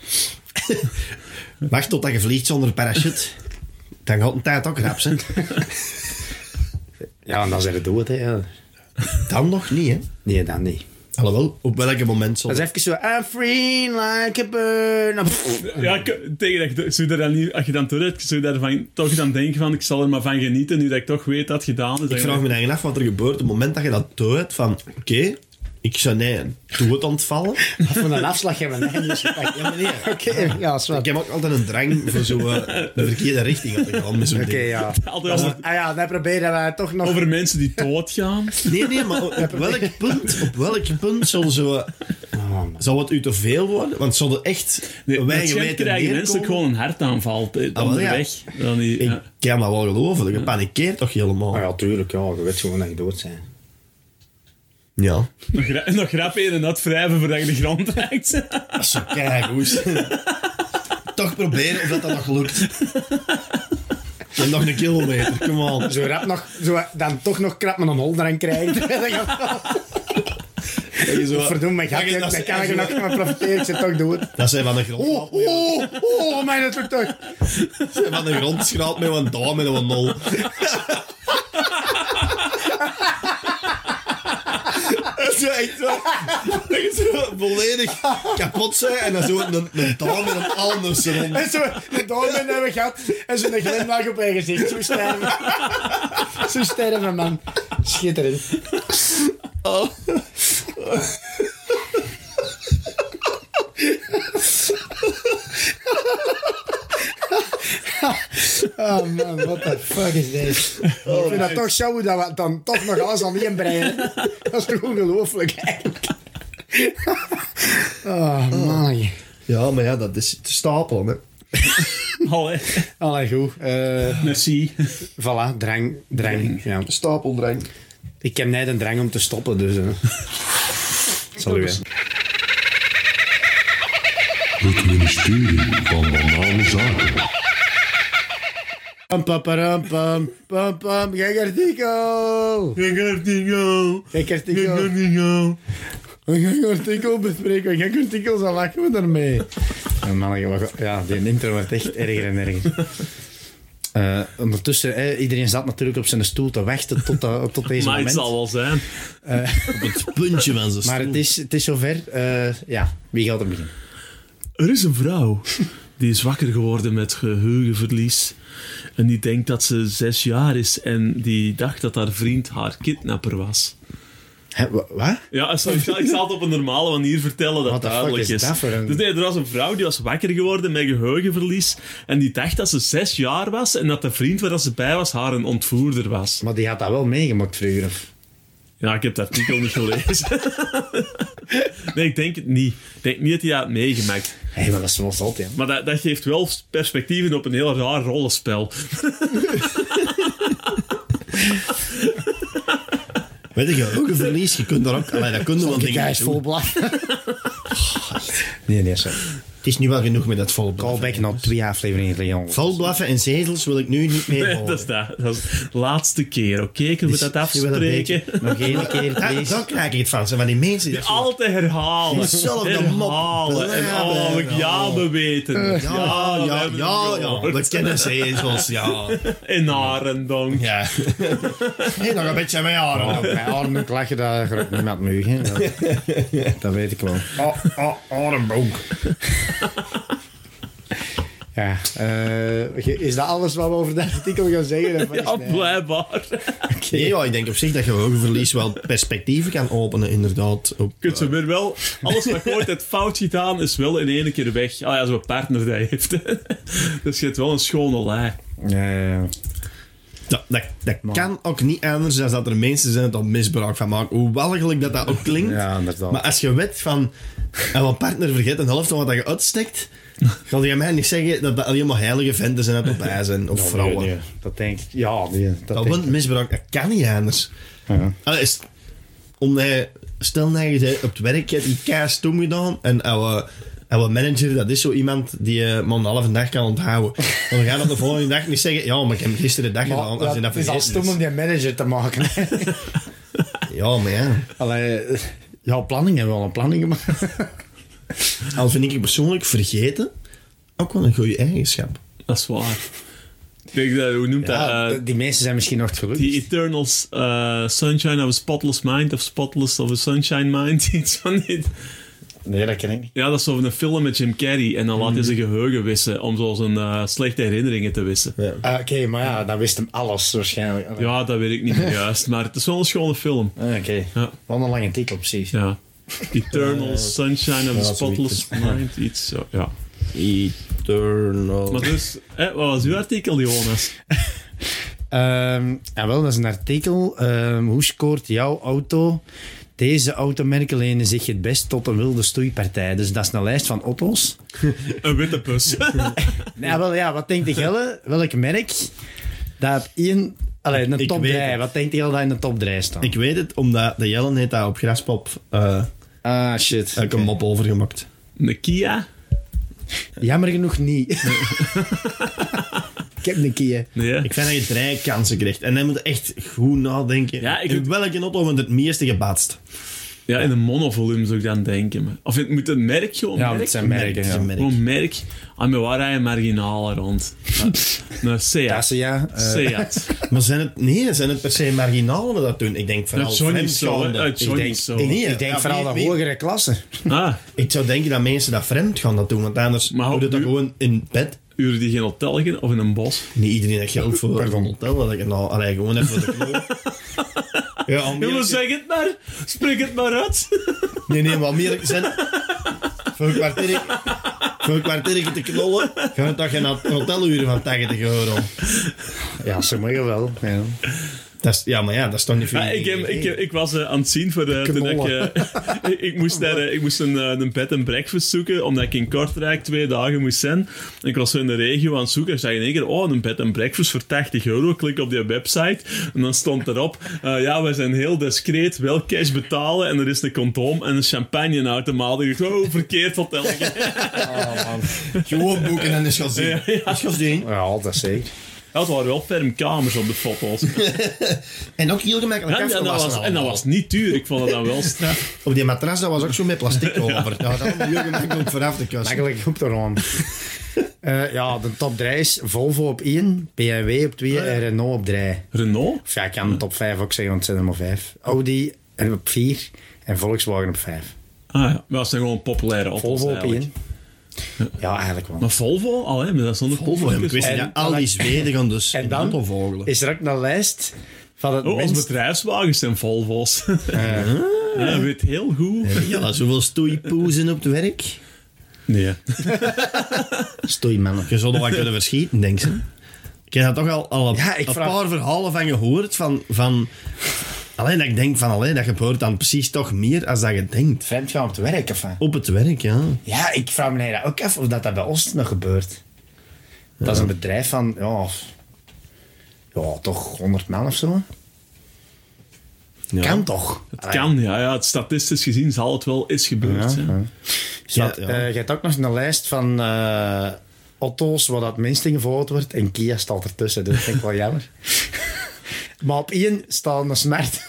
Wacht totdat je vliegt zonder parachute. Dan gaat een tijd ook rap, hè. ja, en dan zijn we dood, hè. ja. Dan nog niet, hè. Nee, dan niet. Alhoewel, op welk moment zal... Dat is even zo... "Ah, I'm free like a bird. Nou, pff. Ja, ik- tegen dat je, de- zou je daar dan niet, als je dan terug zou je daarvan toch dan denken van, ik zal er maar van genieten nu dat ik toch weet dat het gedaan is. Ik vraag me eigen af wat er gebeurt op het moment dat je dat doet. Van, oké, ik zou nee, dood ontvallen. Van een afslag hebben we net niet gepakt. Ja, meneer. Oké, ja, is Ik wat. heb ook altijd een drang voor zo eh, de verkeerde richting op te gaan met zo'n Oké, ding. ja. Altijd over, Ah ja, dan proberen wij toch nog... over mensen die doodgaan. Nee, nee, maar op welk punt, op welk punt zal, zo, zal het u te veel worden? Want zal er echt Nee, wij met schip geweten krijgen mensen ook neerkomen? gewoon een hartaanval eh, Ah, wel, ja. onderweg. Dan die, ja. Ik kan dat wel geloven, je panikeert toch helemaal? Ah ja, tuurlijk, ja. Je weet gewoon dat je dood zijn. Ja. Nog, gra nog grap in en dat wrijven voordat je de grond raakt. Dat is zo keigoed. toch proberen of dat, dat nog lukt. En nog een kilometer, kom on. Zo rap nog, zo dan toch nog krap met een hol erin krijgt. Dat je zo- Verdoem, mijn gat, Dat je- dat daar ze- kan ik er nog van profiteren. Ik zit toch dood. Dat zijn van de grond. Oh, oh, oh, mijn het toch. Dat zijn van de grond schraapt met een dame en een nol. Dat is zo echt zo. Dat is zo volledig kapot zijn en dan zo een, een dame en een anders rond. En zo, de doormen hebben we gehad. En zo'n glimlach op haar gezicht. Zo sterven. Zo sterven, man. Schitterend. Oh. Oh man, what the fuck is dit? ik vind dat toch zo dat we dan toch nog alles aan één breien. Dat is toch ongelooflijk eigenlijk. Oh man. Ja, maar ja, dat is te stapelen. Hè. Allee, Allee, goed. Eh, merci. Voilà, drang, drang. Ja. Stapeldreng. Ik heb net een drang om te stoppen, dus... eh. Salut, hè. Het ministerie van Banale Zaken. Pam, pam, pam, pam, pam, pam. Gek artikel! Dingo, Gek artikel. dingo. Een gek artikel bespreken. Een gek artikel, dan lachen we daarmee. Ja, man, wat- ja, die intro wordt echt erger en erger. Eh, ondertussen, eh, iedereen zat natuurlijk op zijn stoel te wachten tot, dat- tot deze Maar het moment. zal wel zijn. Het puntje van zijn Maar het is, het is zover. Eh, ja, wie gaat er beginnen? Er is een vrouw die is wakker geworden met geheugenverlies. En die denkt dat ze zes jaar is en die dacht dat haar vriend haar kidnapper was. Hè, wa- wat? Ja, sorry, ik zal- ik zal het op een normale manier vertellen dat What the fuck duidelijk is is. dat voor een- Dus nee, er was een vrouw die was wakker geworden met geheugenverlies. En die dacht dat ze zes jaar was en dat de vriend waar dat ze bij was haar een ontvoerder was. Maar die had dat wel meegemaakt vroeger. of? Ja, ik heb het artikel niet gelezen. nee, ik denk het niet. Ik denk niet dat hij dat had meegemaakt. Hé, maar dat is wel zot, ja. Maar dat, dat geeft wel perspectieven op een heel raar rollenspel. Weet je, ook een verlies, je kunt daar ook... Allee, dat kunnen we wel Die guy dingen is doen. vol blaf. nee, nee, sorry. Het is niet wel genoeg met dat volblaffen. Callback na twee afleveringen Leon. Volblaffen en zetels wil ik nu niet meer Nee, horen. dat is dat. Dat is de laatste keer, oké? Kunnen we dat Dus je wil een afspreken? beetje- Nog één keer, Daar, please. daar krijg ik het van. Zijn van die mensen die... dat zo- Altijd herhalen. Diezelfde mop. herhalen. En oh, ik- ja, we weten. het. Ja, ja, we ja, hebben ja, het gehoord. we kennen zetels, ja. In Arendong. Ja. Hey, nog een beetje mee aan. Mijn armen lachen, daar groeit niemand mee. Hè. Dat, dat weet ik wel. Oh, oh, armbonk. Ja, eh, is dat alles wat we over dat artikel gaan zeggen? Of wat is Ja, dat? blijkbaar. Nee, ja, ik denk op zich dat geheugenverlies wel perspectieven kan openen, inderdaad. Op, Kunt ze weer wel... Alles wat je ooit hebt fout gedaan, is wel in één keer weg. Ah ja, zo'n partner die heeft. dus je hebt wel een schone lijn. Ja, ja, ja. dat dat, dat kan ook niet anders dan dat er mensen zijn dat misbruik van maken. Hoe walgelijk dat dat ook klinkt. Ja, inderdaad. Maar als je weet van... En wat partner vergeet een helft van wat dat je uitstekt... Ga je mij niet zeggen dat dat alleen maar heilige venten zijn dat erbij zijn. Of vrouwen. Nee, nee, dat denk ik. Ja, nee, dat, Dat denk wordt ik. misbruikt, dat kan niet anders. Ja. Allee, Ah, is, omdat je- stel dat je zei, op het werk je hebt die kaas toen gedaan en ouwe, ouwe manager, dat is zo iemand die je maar een halve dag kan onthouden. Dan ga je dat de volgende dag niet zeggen, ja, maar ik heb hem gisteren de dag gedaan. Maar Als je dat het is al vergeten stom om die manager te maken. Ja, maar ja. Allee, ja, planning hebben we al een planning gemaakt. Al vind ik persoonlijk vergeten ook wel een goede eigenschap. Dat is waar. Ik denk dat... Hoe noemt Ja, dat? eh, Ah, die mensen zijn misschien nog het gelukkig. Die Eternal eh, Sunshine of a Spotless Mind of Spotless of a Sunshine Mind. Iets van dit. Nee, dat ken ik niet. Ja, dat is zo'n film met Jim Carrey. En dan laat hij zijn geheugen wissen om zo zijn eh, slechte herinneringen te wissen. Ja. Ah, Oké, maar ja, dan wist hem alles waarschijnlijk. Ah, dat weet ik niet meer juist. Maar het is wel een schone film. Oké, Ja. wat een lange titel precies. Ja. Eternal Sunshine of a zoiets. Spotless Mind. Iets zo, ja. Eternal. Maar dus, hè, wat was uw artikel, Jonas? Ehm ja, wel, dat is een artikel. Ehm, hoe scoort jouw auto? Deze automerken lenen zich het best tot een wilde stoeipartij. Dus dat is een lijst van auto's. Een witte bus. Ja, wel, ja, wat denkt de Gelle? Welk merk? Dat op één... Allee, een Ik top weet 3. het. Wat denkt de Gelle dat in de top 3 staat? Ik weet het, omdat de Jellen heeft daar op Graspop eh ah, shit. elke mop over gemaakt. Een Kia? Jammer genoeg niet. Ik heb een keer. Nee, hè? Ik vind dat je drie kansen krijgt. En dan moet je echt goed nadenken. Ja, ik- in welke auto wordt het meeste gebatst? ja, in een monovolume zou ik dan denken. maar- Of in- moet een merk gewoon Ja, merk? het zijn merken. Ja. Merk. Gewoon merk. Aan mijn waar rijden marginalen rond. Ja. Nou, Seat. Dacia. eh, Seat. Maar zijn het, nee, zijn het per se marginalen dat doen? Ik denk vooral Dat Johnny is zo, hè. vreemdgaande. Dat Johnny is zo. Nee, ik denk ja, vooral wie- de wie- hogere klassen. Eh. Ah, Ik zou denken dat mensen dat vreemd gaan dat doen, want anders Maar doe je dat nu- gewoon in bed. uren die geen hotel gaan of in een bos. Niet iedereen dat geld voor een hotel, dat ik nou, allee, gewoon even de kloot. Ja, al meer- Ja, maar zeg het maar. Spreek het maar uit. Nee, nee, maar meer zijn. Voor een kwartier. Voor een kwartier te knollen, gaan het toch geen hoteluren van 80 euro. Ja, sommigen wel. Ja. Dat is, ja, maar ja, dat is toch niet veel. Ja, ik, heb- ik, heb- ik was eh, aan het zien voor de, toen ik, Knollen. eh, ik, ik moest, daar, eh, ik moest een, eh, een bed en breakfast zoeken, omdat ik in Kortrijk twee dagen moest zijn. En ik was zo in de regio aan het zoeken. Ik zag in één keer, oh, een bed en breakfast voor 80 euro. Klik op die website. En dan stond erop, eh, ja, wij zijn heel discreet, wel cash betalen. En er is een condoom en een champagneautomaat. En ik dacht, oh, verkeerd hotel. Gewoon boeken en is gaan zien. Ja, ja. Is gaan zien. ja, dat zeker. Dat waren wel ferm kamers op de foto's. En ook heel gemakkelijk En, en, dat afgewassen was, en dat allemaal. was niet duur. Ik vond dat dan wel straf. Op die matras, dat was ook zo met plastic over. Ja, dat was heel gemakkelijk om vanaf te kussen. Eigenlijk op de rond. Eh, ja, de top 3 is Volvo op 1, BMW op 2 en Renault op 3. Renault? Of ja, ik kan de top 5 ook zeggen, want het zijn er maar 5. Audi en op 4 en Volkswagen op 5. Ah ja, maar dat zijn gewoon populaire auto's Volvo op eigenlijk. 1. Ja, eigenlijk wel. Maar Volvo? Al hè, maar dat is zonder Volvo, ik wist niet dus- En- dat al die Zweden gaan dus En in dan? auto vogelen. Is er ook een lijst van het Oh, onze minst... bedrijfswagens zijn Volvo's. ja, weet heel goed. Ah. Ja, zoveel stoeipoezen op het werk. Nee. Stoei, mannen. Je zou er wat kunnen verschieten, denk ze. Ik heb daar toch al, al een, Ja, ik een vraag- paar verhalen van gehoord. Van, van, alleen dat ik denk van, alleen dat gebeurt dan precies toch meer als dat je denkt. Vreemd gaan op het werk, of wat? Op het werk, ja. Ja, ik vraag me dat ook af of dat, dat bij ons nog gebeurt. Dat is een bedrijf van, ja, ja toch 100 man of zo. Kan toch? Het Ah, kan, ja, ja. Het statistisch gezien zal het wel eens gebeurd zijn. Ja, Ja, eh, je hebt ook nog een lijst van eh auto's waar dat minst in gevolgd wordt en Kia staat ertussen, dus dat vind ik wel jammer. maar op één staat een smart.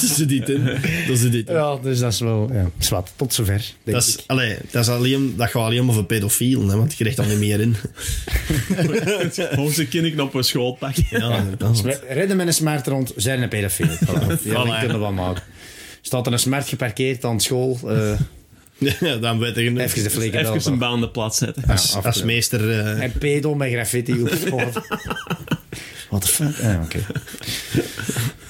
Tussen die in. Tussen die in. ja, dus dat is wel, ja, zwart. Tot zover, denk Dat, ik. is, allee, dat, is alleen, dat gaat alleen maar voor pedofielen, hè, want je krijgt dan niet meer in. Hoogste kinderen op een schoolpak. Ja, inderdaad. We Redden met een smart rond, zijn een pedofiel. Voilà. Ja, dat kunnen we wel maken. Staat er een smart geparkeerd aan school, eh, Ja, dan weet je even de flikker Even erop. een baan de plaats zetten. Als, als meester... eh, En pedo met graffiti op sport. What the fuck? Ah, oké.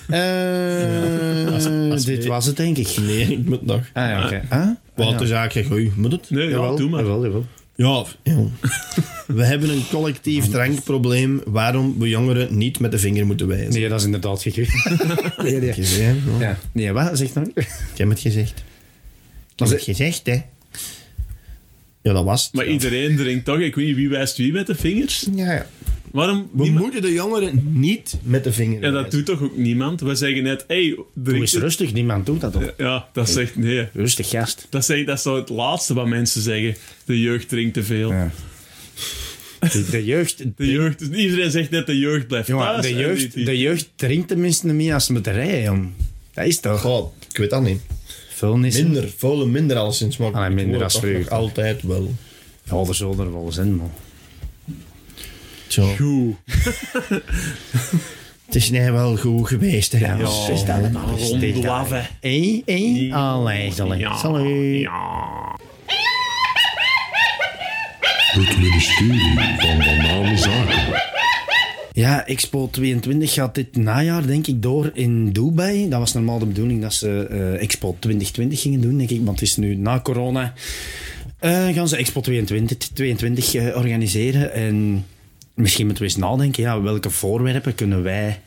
Eh, als- dit was het, denk ik. nee, ik moet nog. Ah, ja, oké. Ah? Wat is eigenlijk goeie? Moet het? Nee, ja, Jawel, doe maar. jawel, jawel. Ja, ja. we hebben een collectief drankprobleem waarom we jongeren niet met de vinger moeten wijzen. Nee, dat is inderdaad gegeven. nee, nee. Gezegd, hoor. Ja. nee, wat? Zeg nou. Ik heb het gezegd. Ik heb is het gezegd, hè. Ja, dat was het. Maar Ja. iedereen drinkt toch? Ik weet niet wie wijst wie met de vingers. Ja, ja. Waarom? We niemand- moeten de jongeren niet met de vinger Ja, dat wijzen. doet toch ook niemand? We zeggen net, hey, Doe drink eens rustig, niemand doet dat op. Ja, dat zegt nee. Rustig, gast. Dat, zeg, dat is zo het laatste wat mensen zeggen. De jeugd drinkt te veel. Ja. De, de jeugd... De jeugd, dus iedereen zegt net de jeugd blijft Jongen, thuis. de en jeugd, niet die- de jeugd drinkt tenminste niet meer als ze moeten rijden, jong. Dat is toch? Goh, ik weet dat niet. Vulnissen. Minder, volle minder al sinds maar Allee, minder het als toch vroeger. nog Altijd wel. Ja, er zullen er wel zijn, man. Zo. Goed. Het is net wel goed geweest, hè. Ja, wat is dat allemaal? Wat is dit Rond allemaal? laven. Eén, één, allee, allee. Ja. Salut. Het ministerie van Banale Zaken. Ja, Expo 22 gaat dit najaar denk ik door in Dubai. Dat was normaal de bedoeling dat ze eh, Expo 2020 gingen doen, denk ik. Want het is nu na corona. eh, gaan ze Expo 22, 22 eh, organiseren. En misschien moeten we eens nadenken. Ja, welke voorwerpen kunnen wij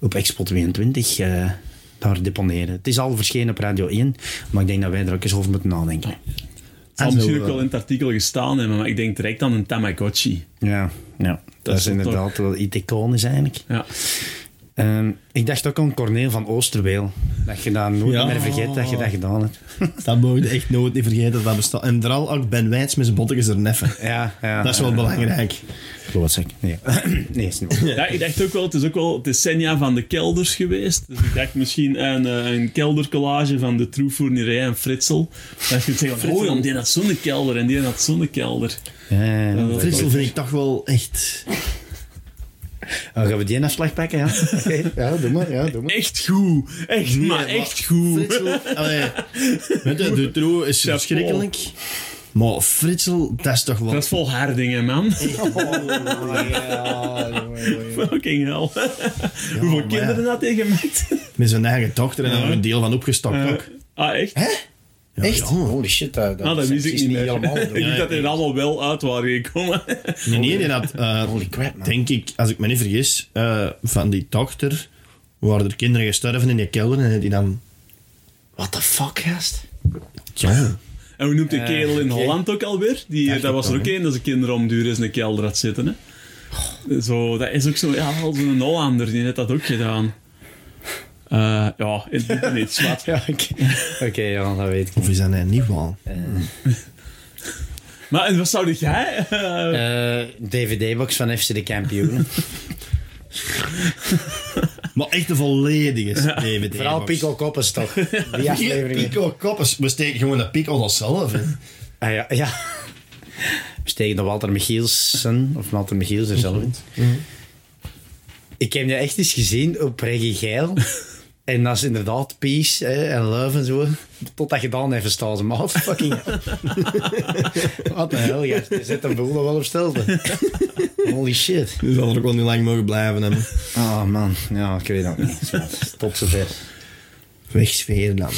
op Expo 22 eh, daar deponeren? Het is al verschenen op Radio 1. Maar ik denk dat wij er ook eens over moeten nadenken. Het zal En zo, misschien ook eh, wel in het artikel gestaan hebben, maar ik denk direct aan een Tamagotchi. Ja, ja. dat, is is inderdaad wel iets iconisch eigenlijk. Ja. Ehm, ik dacht ook aan Corneel van Oosterweel. Dat je dat nooit Ja. meer vergeet dat je dat gedaan hebt. Dat mogen we echt nooit niet vergeten dat dat bestaat. En vooral ook Ben Wijts met zijn bottekens er neffen. Ja, ja. Dat is wel belangrijk. Klootzak. Nee. nee, is niet waar. Ja, ik dacht ook wel, het is ook wel het decennia van de kelders geweest. Dus ik dacht misschien aan eh, een keldercollage van de Troefournerij en Fritsel. Dat je kunt zeggen, van, oh jong, die had zo'n kelder en die had zo'n kelder. Ja, ja, ja. Dat- Fritsel vind ik toch wel echt... Oh, gaan we die afslag pakken? Ja, Oké, ja doe maar. Ja, doe maar. Echt goed. Echt, maar echt Mm. goed. Fritsel... Allee, weet je, de troe is Chapeau. verschrikkelijk. Maar Fritsel, dat is toch wel... Dat is volharding, hè, man. Oh, Fucking hell. Hoeveel maar kinderen ja. had hij gemaakt? Met zijn eigen dochter en daar hebben we een deel van opgestokt ook. ah, echt? Ja, Echt? ja. Holy shit, eh, dat, dat, Ah, dat is wist ik is niet meer. helemaal. ik door. denk dat die er allemaal wel uit waren gekomen. Nee, nee, die had, eh, Holy crap, man. denk ik, als ik me niet vergis, eh, van die dochter waren er kinderen gestorven in die kelder en die dan... What the fuck, gast? Ah, Tja, En hoe noemt die kerel in oké. Holland ook alweer? Die, dat ik was er ook wel, één dat zijn kinderen om duur eens in een kelder had zitten. Hè? Zo, dat is ook zo, ja, wel zo'n Hollander, die heeft dat ook gedaan. Eh, ja, het doet niet, zwart. Ja, oké. Oké, ja, dat weet ik. of is dat een nieuw al? Maar en wat zou jij... eh, DVD-box van FC de Kampioenen. Maar echt de volledige DVD. Vooral Pico Koppes, toch? Die afleveringen. Pico Koppers. We steken gewoon de Pico dat zelf in. Ah, ja, ja. We steken de Walter Michielsen, of Walter Michiels er zelf in. Ik heb die echt eens gezien op Reggie Geil. En dat is inderdaad peace hè, en love en zo. Totdat je dan even staat ze maat. Fucking. Wat de hel, gast. Je zet een boel nog wel op stilte. Holy shit. Dus zal er ook wel niet lang mogen blijven hebben. Oh man, ja, ik weet dat niet. Tot zover. Wegsfeer dan.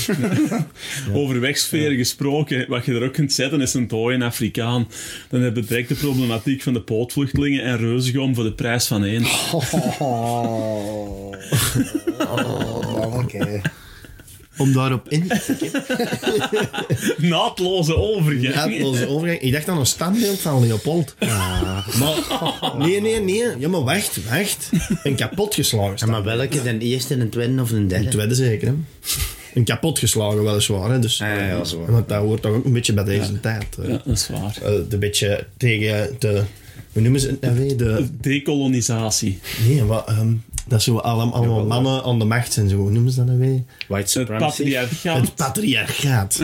Over wegsferen gesproken, wat je er ook kunt zetten is een dode Afrikaan. Dan heb je direct de problematiek van de pootvluchtelingen en reuzegom voor de prijs van één. Oh. Oké. Om daarop in te Naadloze overgang. gaan, onze overgang. Ik dacht aan een standbeeld van Leopold. Maar, nee, nee, nee. Ja, maar wacht, wacht. Een kapotgeslagen standbeeld. Maar welke? De eerste, de tweede of de Een derde? tweede zeker, hè. Een kapotgeslagen weliswaar, hè. Dus, Ja, ja, ja, zo. Want dat hoort toch ook een beetje bij deze tijd. hè. Ja, dat is waar. Eh, een beetje tegen de... Hoe noemen ze het nou weer? De... Decolonisatie. Nee, maar... ehm, dat zo allemaal, allemaal mannen aan de macht zijn. Zo. Hoe noemen ze dat nou weer? White Het Supremacy. patriarchaat. Het patriarchaat.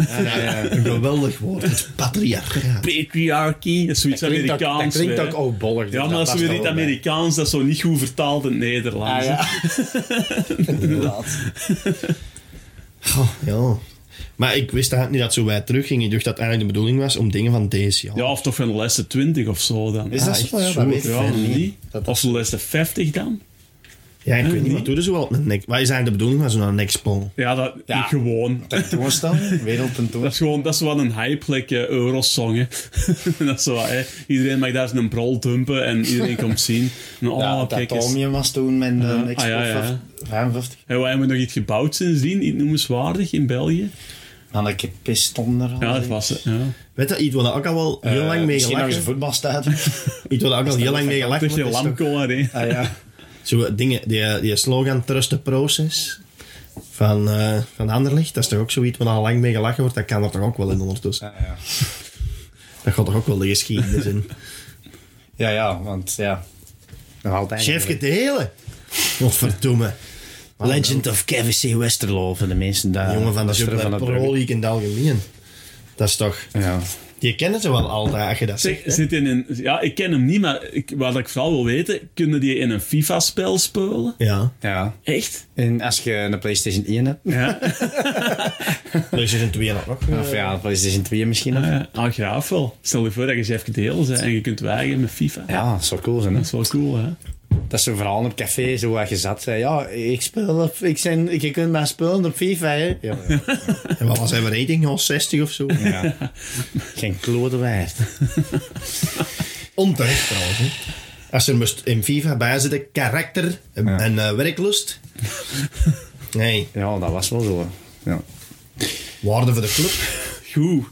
Een geweldig woord. Het patriarchaat. Patriarchy. Dat is zoiets klinkt ook- Amerikaans. dat klinkt hè. ook oudbollig, dus Ja, maar dat dat is past weer er niet wel Ah, bij. Amerikaans. Dat is zo niet goed vertaald in het Nederlands. hè. Goh, ja. Maar ik wist eigenlijk niet dat zo wij teruggingen. Ik dacht dat eigenlijk de bedoeling was om dingen van deze jaar. Ja, of toch van de lessen 20 of zo dan. Is dat Ah, zo? echt Ja, zo, dat weet ik ja, verder of niet. niet? Of de lessen 50 dan? Ja, ik weet nee. niet. Wat doe je zo wel op een nek? Wat is eigenlijk de bedoeling van zo'n expo? Ja, dat, Ja. gewoon. Tentoonstelling, Dat wereldtentoonstelling. is gewoon, dat is wel een hypeplek, eh, Eurosong. hè. dat is zo, wat, hè. Iedereen mag daar eens een brol dumpen en iedereen komt zien. En, oh, Ja, dat kijk eens. Atomium was toen met Ja. een Ah, Expo ja, ja. 55. Hey, we hebben nog iets gebouwd sindsdien, iets noemenswaardig in België. Anneke Piston er al. Ja, dat was het. Ja. Weet dat iets wat ik al wel heel lang mee Eh, Misschien nog eens gelachen een voetbalstadion. Iets wat ik al heel lang mee gelachen Tegen heb, is toch- Lamco Arena. ah, ja. Zo dingen, die, die slogan Trust the Process van, eh van Anderlecht, dat is toch ook zoiets waar al lang mee gelachen wordt? Dat kan er toch ook wel in ondertussen? Ja, ja. Dat gaat toch ook wel de geschiedenis in? ja, ja, want ja. Nog altijd. Chefke de hele! Wat verdoemen. Legend of KVC Westerlo voor de mensen daar. Jongen van de Westerlo Super het Pro League in het algemeen. Dat is toch... Ja. Die kennen ze wel altijd, als je dat Zeg, zegt. hè? zit in een, ja, ik ken hem niet, maar ik, wat ik vooral wil weten, kunnen die in een FIFA-spel spelen? Ja. ja. Echt? En als je een PlayStation 1 hebt, Ja, PlayStation 2 had dus nog. eh, of ja, een PlayStation 2 misschien. of- ja ah, graaf wel. Stel je voor dat je Jeff Deel bent en je kunt wagen met FIFA. Ja, dat zou cool zijn. Hè? Dat is wel cool, hè? Dat is zo verhaal op café, zo waar je zat. Zei, ja, ik speel op, ik zijn, je kunt maar spelen op FIFA. Hè? Ja, ja. En wat was hij rating? Al 60 of zo? Geen klote waard. Onterecht trouwens. hè. Als er moest in FIFA bij zitten, karakter en, en, eh, werklust. Nee, Ja, dat was wel zo. hè. Ja. waarde voor de club. Goed.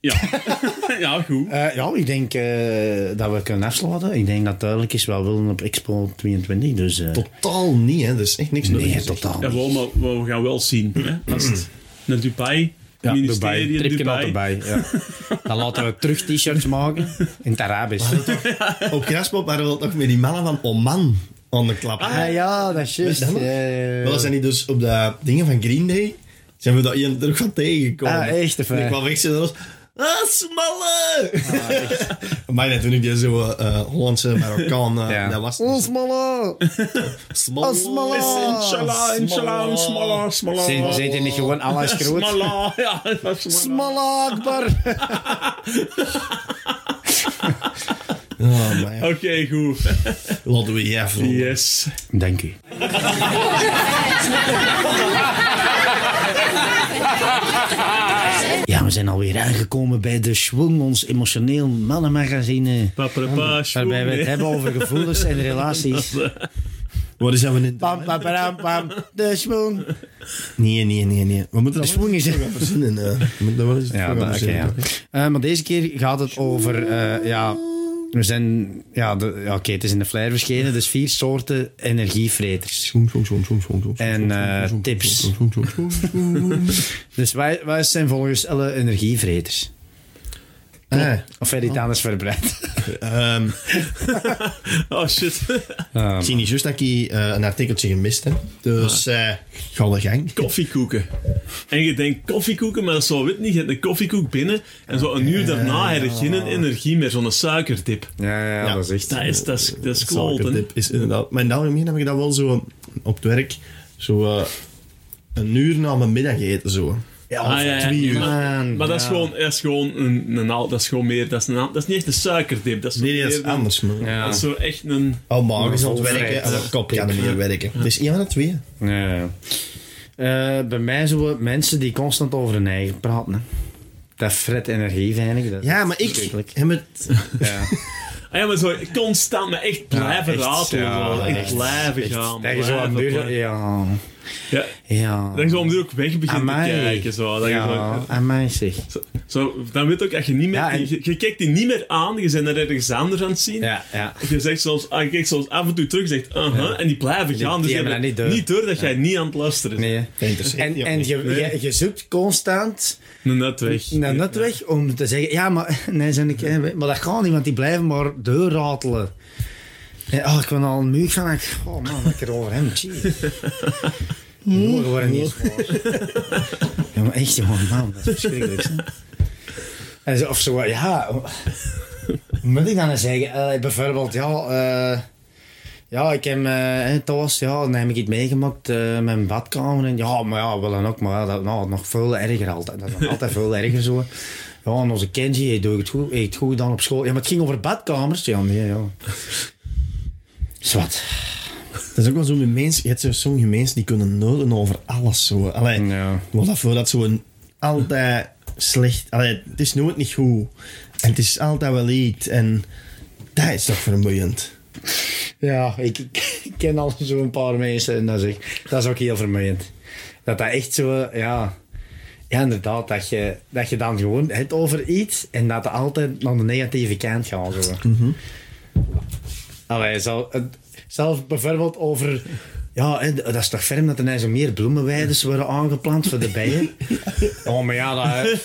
Ja, ja goed. Eh, ja, ik denk eh, dat we kunnen afsluiten. Ik denk dat duidelijk is wel willen op Expo 22. Dus, eh, Totaal niet, hè. Dat is echt niks nee, meer. totaal. Ja, niet. gewoon, maar, maar we gaan wel zien. Hè? Als het naar Dubai, Ja, ministerie Dubai. in Tripje naar Dubai. Dubai. Ja. Dan laten we terug t-shirts maken. In het Arabisch. Op Graspop hadden we toch met die mannen van Oman aan de klap. Ah, ja, dat is juist. Weet je dat nog? Maar we zijn die dus op de dingen van Green Day, zijn we dat hier terug van tegengekomen. Ah, echt, of Ah, En ik waar? kwam weg zo los. Ah, smalle! Maar net toen ik die zo eh, Hollandse Marokkaan, eh, Ja. dat was het. Ons mannen. Smalle! smalle! Inshallah, inshallah, smallah, smallah. Zijn zijn er niet gewoon alles groot? Smallah, ja, dat was Smallah, smallah. Akbar. Oh, man. Oké, goed. Laten we hier even Yes. Dank u. Ja, we zijn alweer aangekomen bij de Schwung, ons emotioneel mannenmagazine. Paprapa, Waarbij we het schoen, hebben over gevoelens en relaties. Wat is dat we in? Pam, pam, pam, pam. De Schwung. Nee, nee, nee, nee. We moeten De dat wel Schwung is... eens gaan verzinnen. eh. We moeten dat wel eens Ja, gaan dat, oké, verzinnen. ja. Eh, maar deze keer gaat het over... eh, ja, we zijn... Ja, de- ja, oké, het is in de flyer verschenen. Dus vier soorten energievreters. Schoen, schoen, schoen, schoen, schoen, schoen, En, schoen, eh, schoen, schoen, tips. schoen, schoen, schoen, schoen, schoen, Dus wij, wij zijn volgens alle energievreters. schoen. Eh, Of hij dit anders verbreidt. ehm, Oh shit. Ik zie niet juist dat ik hier, eh, een artikeltje gemist heb. Dus Ah. eh ga de gang. Koffiekoeken. En je denkt koffiekoeken, maar dat is zo wit niet. Je hebt een koffiekoek binnen en zo een uur daarna heb je geen energie meer. Zo'n suikerdip. Ja, ja, dat is echt... Dat is, dat is, dat is kloten. Suikerdip is inderdaad. Maar in het algemeen heb ik dat wel zo op het werk. Zo eh, een uur na mijn middageten zo. Ja, Ah, ja, ja. twee uur. Maar, Man, maar dat, is ja. gewoon, dat is gewoon een, een al- dat is gewoon meer, dat is, een, al- dat is niet echt een suikerdip. Dat is, Nee, nee, dat is meer een- anders, man. Dat is zo echt een... Oh, maar is aan het Volvrijheid. werken. en op kop kan niet meer werken. Het is één van de twee. Ja, ja. Eh, bij mij zijn we mensen die constant over hun eigen praten. hè. Dat fret energie, vind ik. Dat Ja, maar ik Verschrikkelijk. heb het... Ja. Ah ja, maar zo constant, maar echt blijven echt, ratelen. ja, zo. echt echt, blijven echt. gaan. Dat je zo aan blijven de deur... blijven. Ja. Ja, Ja. dat je zo om de deur ook weg begint Amai. te kijken. Zo. Dat je Ja, zo- aan mij zeg. zo, zo, dan weet je ook dat je niet meer... Ja, en- je, je kijkt die niet meer aan, je bent er ergens anders aan het zien. Ja, ja. Je zegt soms, ah, je kijkt soms af en toe terug, je zegt, uh en die blijven gaan. Dus die je hebben dat niet hebt door. niet door dat jij niet aan het luisteren bent. Nee. hè. interesseert En, die ook en niet. je, je, je zoekt constant Een net weg. naar net weg om te zeggen... Ja, maar... Nee, zijn ik, hè, maar dat gaat niet, want die blijven maar deurratelen. En, oh, ik ben al een muur van... ik- Oh man, dat ik er over hem. Jeez. Morgen worden niet eens waar. Ja, maar echt, jongen, man. Dat is verschrikkelijk. hè. En zo, of zo, ja... Moet ik dan eens zeggen? Eh, bijvoorbeeld, ja... eh, ja, ik heb eh thuis, ja, dan heb ik iets meegemaakt eh, met mijn badkamer. En, ja, maar ja, wel dan ook, maar ja, dat nou, nog veel erger altijd. Dat is nog altijd veel erger zo. Ja, en onze Kenji, hij doet het goed, hij heeft het goed gedaan op school. Ja, maar het ging over badkamers, ja, nee, ja. Zwat. Dat is ook wel zo'n mens. Je hebt zo- sommige mensen die kunnen noden over alles. Zo. Allee, Ja. wat dat voor dat zo'n altijd slecht. Allee, het is nooit niet goed. En het is altijd wel iets. En dat is toch vermoeiend. Ja, ik, ik ken al zo'n paar mensen en dat is, echt- dat is ook heel vermoeiend. Dat dat echt zo, ja... Ja, inderdaad, dat je, dat je dan gewoon het over iets en dat het altijd naar de negatieve kant gaat. Zo. Mhm. Allee, zo, het- zelf bijvoorbeeld over... Ja, hè, dat is toch ferm dat er nou zo meer bloemenweiden worden aangeplant voor de bijen? Oh, maar ja, dat,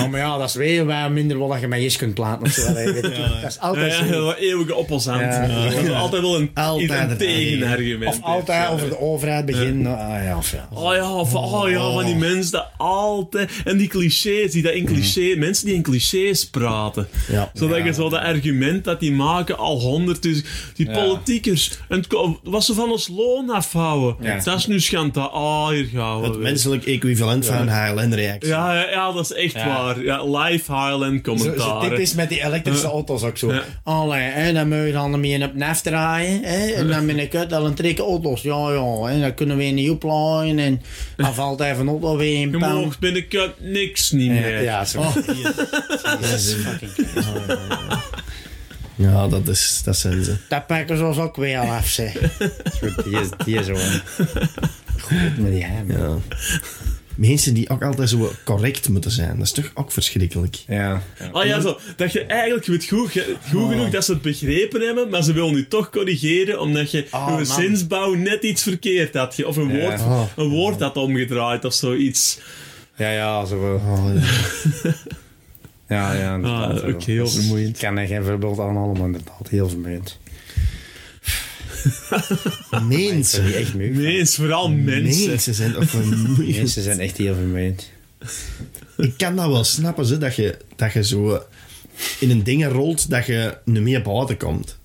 oh, maar ja, dat is weer wat minder wat je met is kunt planten. Of zo. Allee, weet ik niet. Dat is Ja, altijd ja, zo. dat eeuwige oppossant. Ja. Ja. Dat is altijd wel een, Altijd een het tegenargument. Of altijd Ja. over de overheid beginnen. Ah, ja, of ja. Oh ja, van, oh ja, van die mensen dat altijd... En die clichés, die dat in cliché, Mm. mensen die in clichés praten. Ja. Zodat je zo dat argument dat die maken al honderd... Dus die politiekers, en het ko- wat ze van ons loon afhouden. Ja. Dat is nu schandaal. Oh, hier gaan we Het weer. menselijk equivalent van een HLN-reactie. Ja, ja, ja, dat is echt waar. Ja, live Highland Zo, zo, commentaren. dit is met die elektrische auto's ook zo. Ja. Allee, hè, dan moet je dan ermee in op nef draaien. Hè, en dan ben ik uit, dan trekken auto's. Ja, ja, hè, dan kunnen we niet oplaaien. En dan valt even een auto weer in je Oh. pan. mag binnenkort niks niet Ja, meer. ja, zo. Ja, dat, is, dat zijn ze. Dat pakken ze ons ook weer af, zeg. Goed, die is, die is gewoon... Goed met die hem. Ja. mensen die ook altijd zo correct moeten zijn. Dat is toch ook verschrikkelijk. Ja. Ah ja, zo. Dat je eigenlijk je weet goed, ge- goed genoeg dat ze het begrepen hebben, maar ze willen nu toch corrigeren omdat je Oh, door man. een zinsbouw net iets verkeerd had. ge- Of een woord, Oh. een woord had omgedraaid of zoiets. Ja, ja, zo wel. Oh, ja. Ja, ja. Ah, inderdaad, oké, zo. heel Dus vermoeiend. Ik kan er geen voorbeeld aan halen, maar inderdaad, heel vermoeiend. mensen. Die echt moe. Nee, het is vooral mensen. Mensen zijn toch vermoeiend. Mensen zijn echt heel vermoeiend. Ik kan dat wel snappen, ze, dat, je, dat je zo eh, in een ding rolt dat je niet meer buiten komt.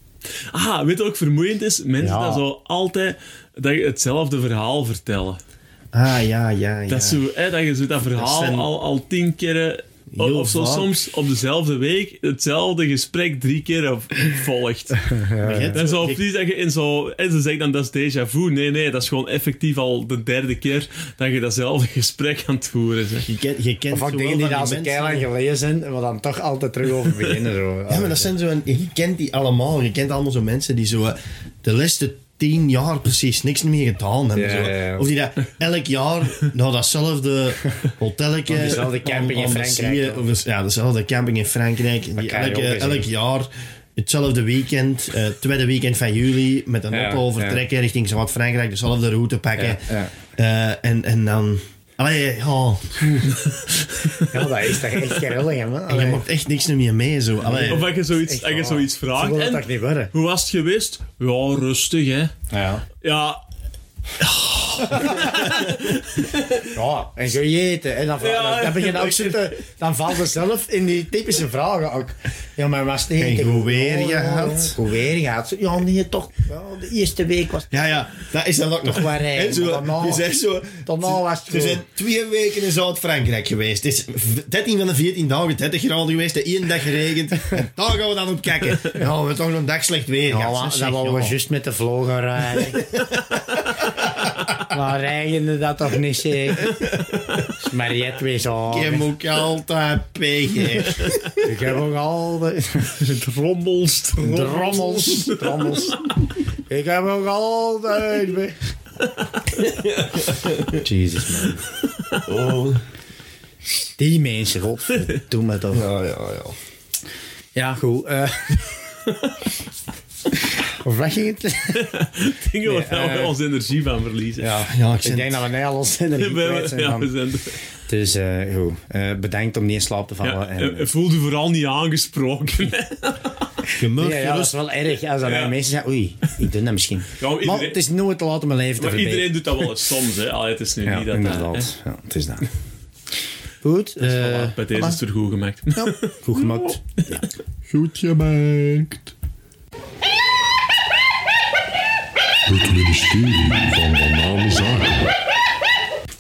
Ah, weet je wat ook vermoeiend is? Mensen Ja. dat zo altijd dat je hetzelfde verhaal vertellen. Ah, ja, ja, ja. Dat, is zo, hè, dat je zo dat verhaal zijn- al, al tien keer... Of, Heel of zo vaak. soms op dezelfde week hetzelfde gesprek drie keer op- volgt. Maar je hebt Dan zou je- precies dat je in zo... En ze zeggen dan dat is déjà vu. Nee, nee, dat is gewoon effectief al de derde keer dat je datzelfde gesprek aan het voeren bent. Je kent, je kent Of ook zowel dingen van die daar als een mensen- keilang gelezen zijn, en we dan toch altijd terug over beginnen. Zo. Ja, maar dat zijn zo... Je kent die allemaal. Je kent allemaal zo'n mensen die zo eh, de laatste tien jaar precies niks meer gedaan hebben. Ja, zo. ja, ja. Of die dat elk jaar naar datzelfde hotelletje... Of dezelfde camping in aan- aan de Frankrijk, zee, of dus- ja, dezelfde camping in Frankrijk. Die kan je elke, ook eens elk zien. jaar... Hetzelfde weekend, eh, tweede weekend van juli, met een Ja, auto vertrekken richting Zuid-Frankrijk, dezelfde route pakken. ja. Eh, en, en dan... Allee, oh, Ja, dat is toch echt geweldig, hè, man. en je maakt echt niks meer mee. Zo. Allee. Of dat je zoiets, dat je waar. zoiets vraagt. wil dat en toch niet worden? Hoe was het geweest? Ja, rustig, hè. Ja. Ja, ja, en ga je eten. En dan, va- Ja, dan, dan begin je ook zo te- Dan valt ze zelf in die typische vragen ook. Ja, maar was het En eten hoe weer je Ja, ja, had? Oh, Hoe weer je had? Ja, nee, toch. wel, de eerste week was Ja, ja, dat is dan ook nog. waar rijden, En zo, maar daarna- je zegt zo, daarna was het Ze goed. zijn twee weken in Zuid-Frankrijk geweest. Het is v- 13 van de 14 dagen 30 graden geweest, de één dag geregend. En daar gaan we dan op kijken. Ja, we hebben toch nog een dag slecht weer. Ja, gehad. maar Zeg, dat ja. wou we juist met de vlog gaan rijden. maar rijden dat toch niet zeker? Is Mariette weer zo. Je moet ook altijd pegen. Ik heb ook al de drommels, drommels. drommels. drommels. Ik heb ook al de... Jesus man. Die mensen, godverdomme toch. Oh. Ja, ja, ja. Ja, goed. eh. of wat ging het? Dingen waar we eh, onze energie van verliezen. Ja, Ja, ik ik zit- denk dat we net al ons We energie kwijt hebben- zijn. ja, van- we zijn- Dus eh, goed, Eh, bedankt om niet in slaap te vallen. ja, en, eh, voel je vooral niet aangesproken. Je mag ja, ja, dat is gerust... wel erg. Als er eh, Ja. mensen zeggen, oei, ik doe dat misschien. Ja, maar Maar iedereen- het is nooit te laat om mijn leven te Maar verbeteren. iedereen doet dat wel eens soms, hè. Allee, het is nu Ja, niet dat dat... inderdaad. Ja, het is dat. Goed, hè. eh, Bij deze is het er goed gemaakt. goed gemaakt. Goed gemaakt. Het ministerie van Banale Zaken.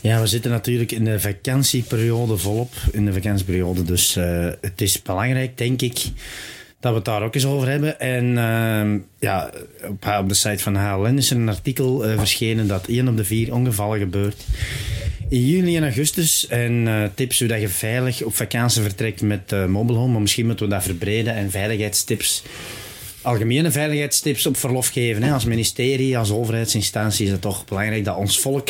Ja, we zitten natuurlijk in de vakantieperiode volop. In de vakantieperiode, dus eh, het is belangrijk, denk ik, dat we het daar ook eens over hebben. En ehm, ja, op, op de site van HLN is er een artikel eh, verschenen dat 1 op de 4 ongevallen gebeurt. In juli en augustus. En eh, tips hoe dat je veilig op vakantie vertrekt met eh mobile home. Maar misschien moeten we dat verbreden en veiligheidstips algemene veiligheidstips op verlof geven. Hè. Als ministerie, als overheidsinstantie is het toch belangrijk dat ons volk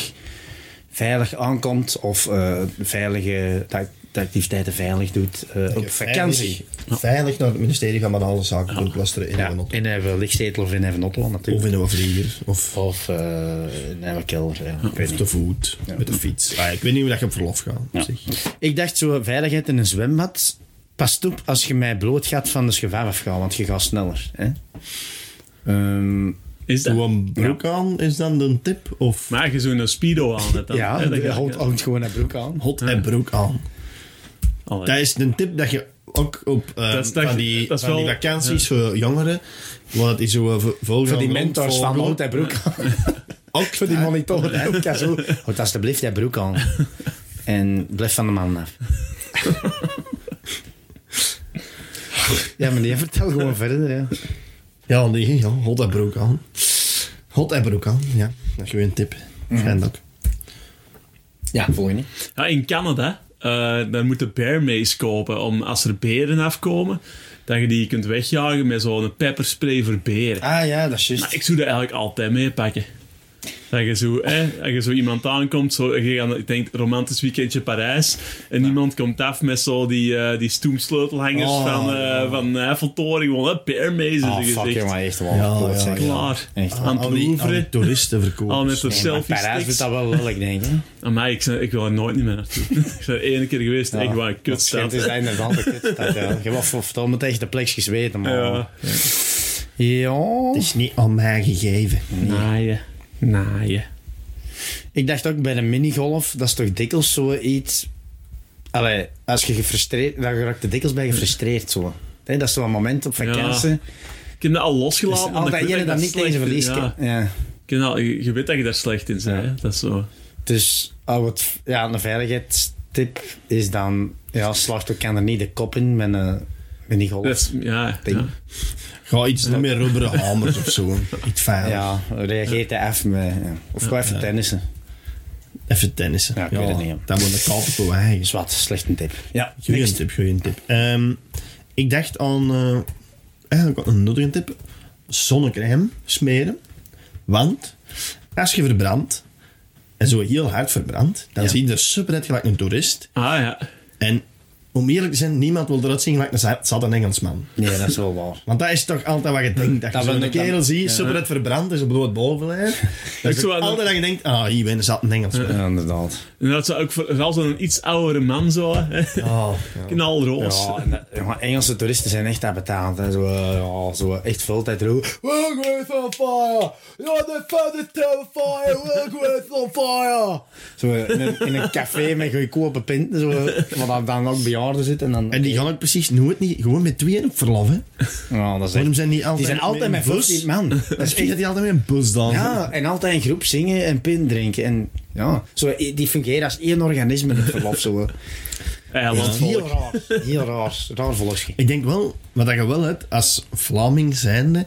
veilig aankomt of eh, veilige, de, de activiteiten veilig doet eh, op vakantie. Veilig, veilig naar het ministerie van Banale Zaken doen plasteren in Ja, een auto. in even lichtzetel of in even Otto Of natuurlijk. in een vlieger. Of, Of eh, in even kelder. Ja. Ik weet of niet. te voet. Met de fiets. Ah, ik weet niet hoe dat je op verlof gaat. zeg. Ik dacht zo, veiligheid in een zwembad. Pas op als je mij bloot gaat van de gevaar afgaan, want je gaat sneller. Hè? Ehm, Is dat... Doe een broek aan, is dan de tip? Of Maar je zo'n speedo aan hebt dan. ja, hè, dat je je- houdt houdt gewoon een broek aan. hot en broek aan. Allee. Dat is een tip dat je ook op eh, Dat is- dat- van, die, dat is van die wel- vakanties voor jongeren, want die zo eh, vo- volgen Voor die aan de mentors van rondvolgen. houdt hij broek aan. Ook Voor die monitoren. hè. Ik kan zo, Houd alsjeblieft hij broek aan. En blijf van de man af. Ja, maar die vertel gewoon verder. Ja. Ja, die, ja, hot en broek aan. Hot en broek aan, ja. Dat is gewoon een tip. Mhm. Fijn ook. Ja, volgende. Ja, in Canada, eh daar moeten bear mace kopen om als er beren afkomen, dat je die kunt wegjagen met zo'n pepperspray voor beren. Ah ja, dat is Maar juist. ik zou dat eigenlijk altijd meepakken. Dat je zo, hè, als je zo iemand aankomt, zo, je gaat, ik denk, romantisch weekendje Parijs, en iemand komt af met zo die, eh, die stoemsleutelhangers Oh, van, eh van Eiffeltoren, gewoon, hè, peermees in zijn Oh, fuck, gezicht. jongen, echt wel. Ja, Klopt, ja, zeg. Klaar. Echt. Aan het Al die, al louvre, die toeristen al met de Nee, maar selfie Parijs sticks. is dat wel lelijk, denk ik. hè? Amai, ik, ben- ik wil er nooit niet meer naartoe. ik ben er één keer geweest, Ja, echt waar een dat kutstad. schijnt is dat inderdaad een kutstad, ja. Je was vertel me tegen de plekjes weten, maar... Ja. Ja. Het is niet aan mij gegeven. Naaien. Naaien. Ik dacht ook bij de minigolf, dat is toch dikwijls zoiets... Allee, als je gefrustreerd... Dan raak je dikwijls bij gefrustreerd, zo. Hè, dat is zo'n moment op vakantie. Ja, Ik heb dat al Dus losgelaten. omdat ik altijd weet jij ik dat niet slecht tegen in- verliest. Ja. Ja. Ja. Ik heb dat- je je weet dat je daar slecht in bent. hè. Dat is zo. Dus oh, wat, ja, een veiligheidstip is dan... Ja, slachtoffer kan er niet de kop in met een minigolf. Dat is, ja, Ding. ja. Ga iets doen met rubberen hamers of zo. Iets veilig. Ja, reageert hij even met... ja. Of gewoon even tennissen. Even tennissen. Ja, ik weet het niet, ja. Dat moet ik altijd bewegen. Zwat, slecht een tip. Ja, Goeie tip, goeie tip. Ehm, ik dacht aan eh, eigenlijk een nuttige tip. Zonnecrème smeren. Want als je verbrandt, en zo heel hard verbrandt, dan zie je er super uit gelijk een toerist. Ah ja. En om eerlijk te zijn, niemand wil eruit zien gelijk een zat zat een Engelsman. Nee, dat is wel waar. Want dat is toch altijd wat je denkt. Dat, Dat je we- zo'n kerel dat- ziet, super uit verbrand, is op het bovenlijf. Dat is zo toch aan- altijd dat je denkt, ah, hier ben zat een Engelsman. Ja, inderdaad. En dat zou ook voor, vooral zo'n iets oudere man zo. hè. Ah, ja. Knalroos. eh, Ja, en Oh, dat- jongen, Engelse toeristen zijn echt daar betaald. Hè. Zo, eh, ja, zo echt veel tijd roepen. We're going on fire! You're the father fire! We're going on fire! Zo, eh, in, een, in een café met goedkope pinten, zo, eh, waar dan, dan ook bejaarden zitten. En dan, En die gaan ook precies nooit niet, gewoon met tweeën op verlof, hè. ja, dat is echt- Waarom zijn die altijd die zijn altijd met bus? 15 man. Dat Dat is is echt echt Dus dat die altijd met een bus dansen. Ja, en altijd in groep zingen en pint drinken. En ja, zo, die fungeren als één organisme in het verlof. Zo. hè. Eilandvolk. Heel raar. Heel raar. Raar volksje. Ik denk wel, wat dat je wel hebt, als Vlaming zijnde,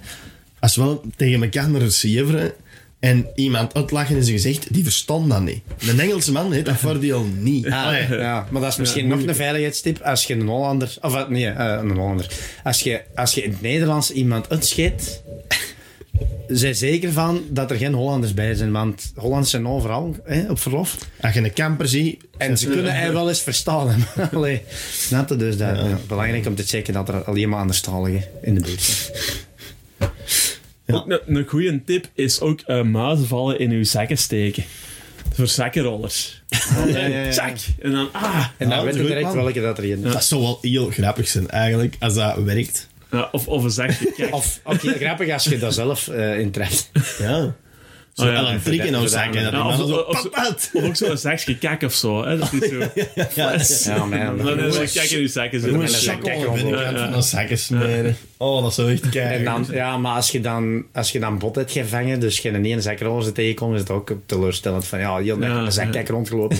als we wel tegen elkaar naar zeeveren en iemand uitlachen in zijn gezicht, die verstand dat niet. Een Engelse man heeft dat voordeel niet. Allee. Ah, Ja, maar dat is misschien nog een veiligheidstip als je een Hollander... Of wat, nee, eh, een Hollander. Als je, als je in het Nederlands iemand uitscheidt... Zij zeker van dat er geen Hollanders bij zijn, want Hollanders zijn overal hè, op verlof. Als je een camper ziet... En ze kunnen hij wel eens verstaan. hè. Allee, snap je dus? Dat, ja, belangrijk om te checken dat er alleen maar anderstaligen in de buurt zijn. Ook een- een goede tip is ook eh, muizenvallen in uw zakken steken. Voor zakkenrollers. Zak! En dan, ah! En dan dat weet je is een goed direct plan. welke dat erin Dat zou wel heel grappig zijn, eigenlijk, als dat werkt. Ja, of, of een zakje. Kijk, Of, of heel grappig als je dat zelf eh intreft. Ja. Zo Oh, ja. Nou, elektriek in ons zakken. Dat die Ja, of- mannen zo... of- of- "Papat!" of ook zo'n zakje kak of zo. Hè? Dat is zo. Ja, man. Dan is moet het kak in uw zakken Je zitten. moet En een dan- zak- chakkel kijk, aan de binnenkant ja. van een zakken smeren. Oh, dat zou echt kijken. En dan, ja, maar als je dan, als je dan bot hebt gevangen, dus geen ene zakroze tegenkomt, is het ook teleurstellend van, ja, heel net Ja, een zakkijk rondgelopen.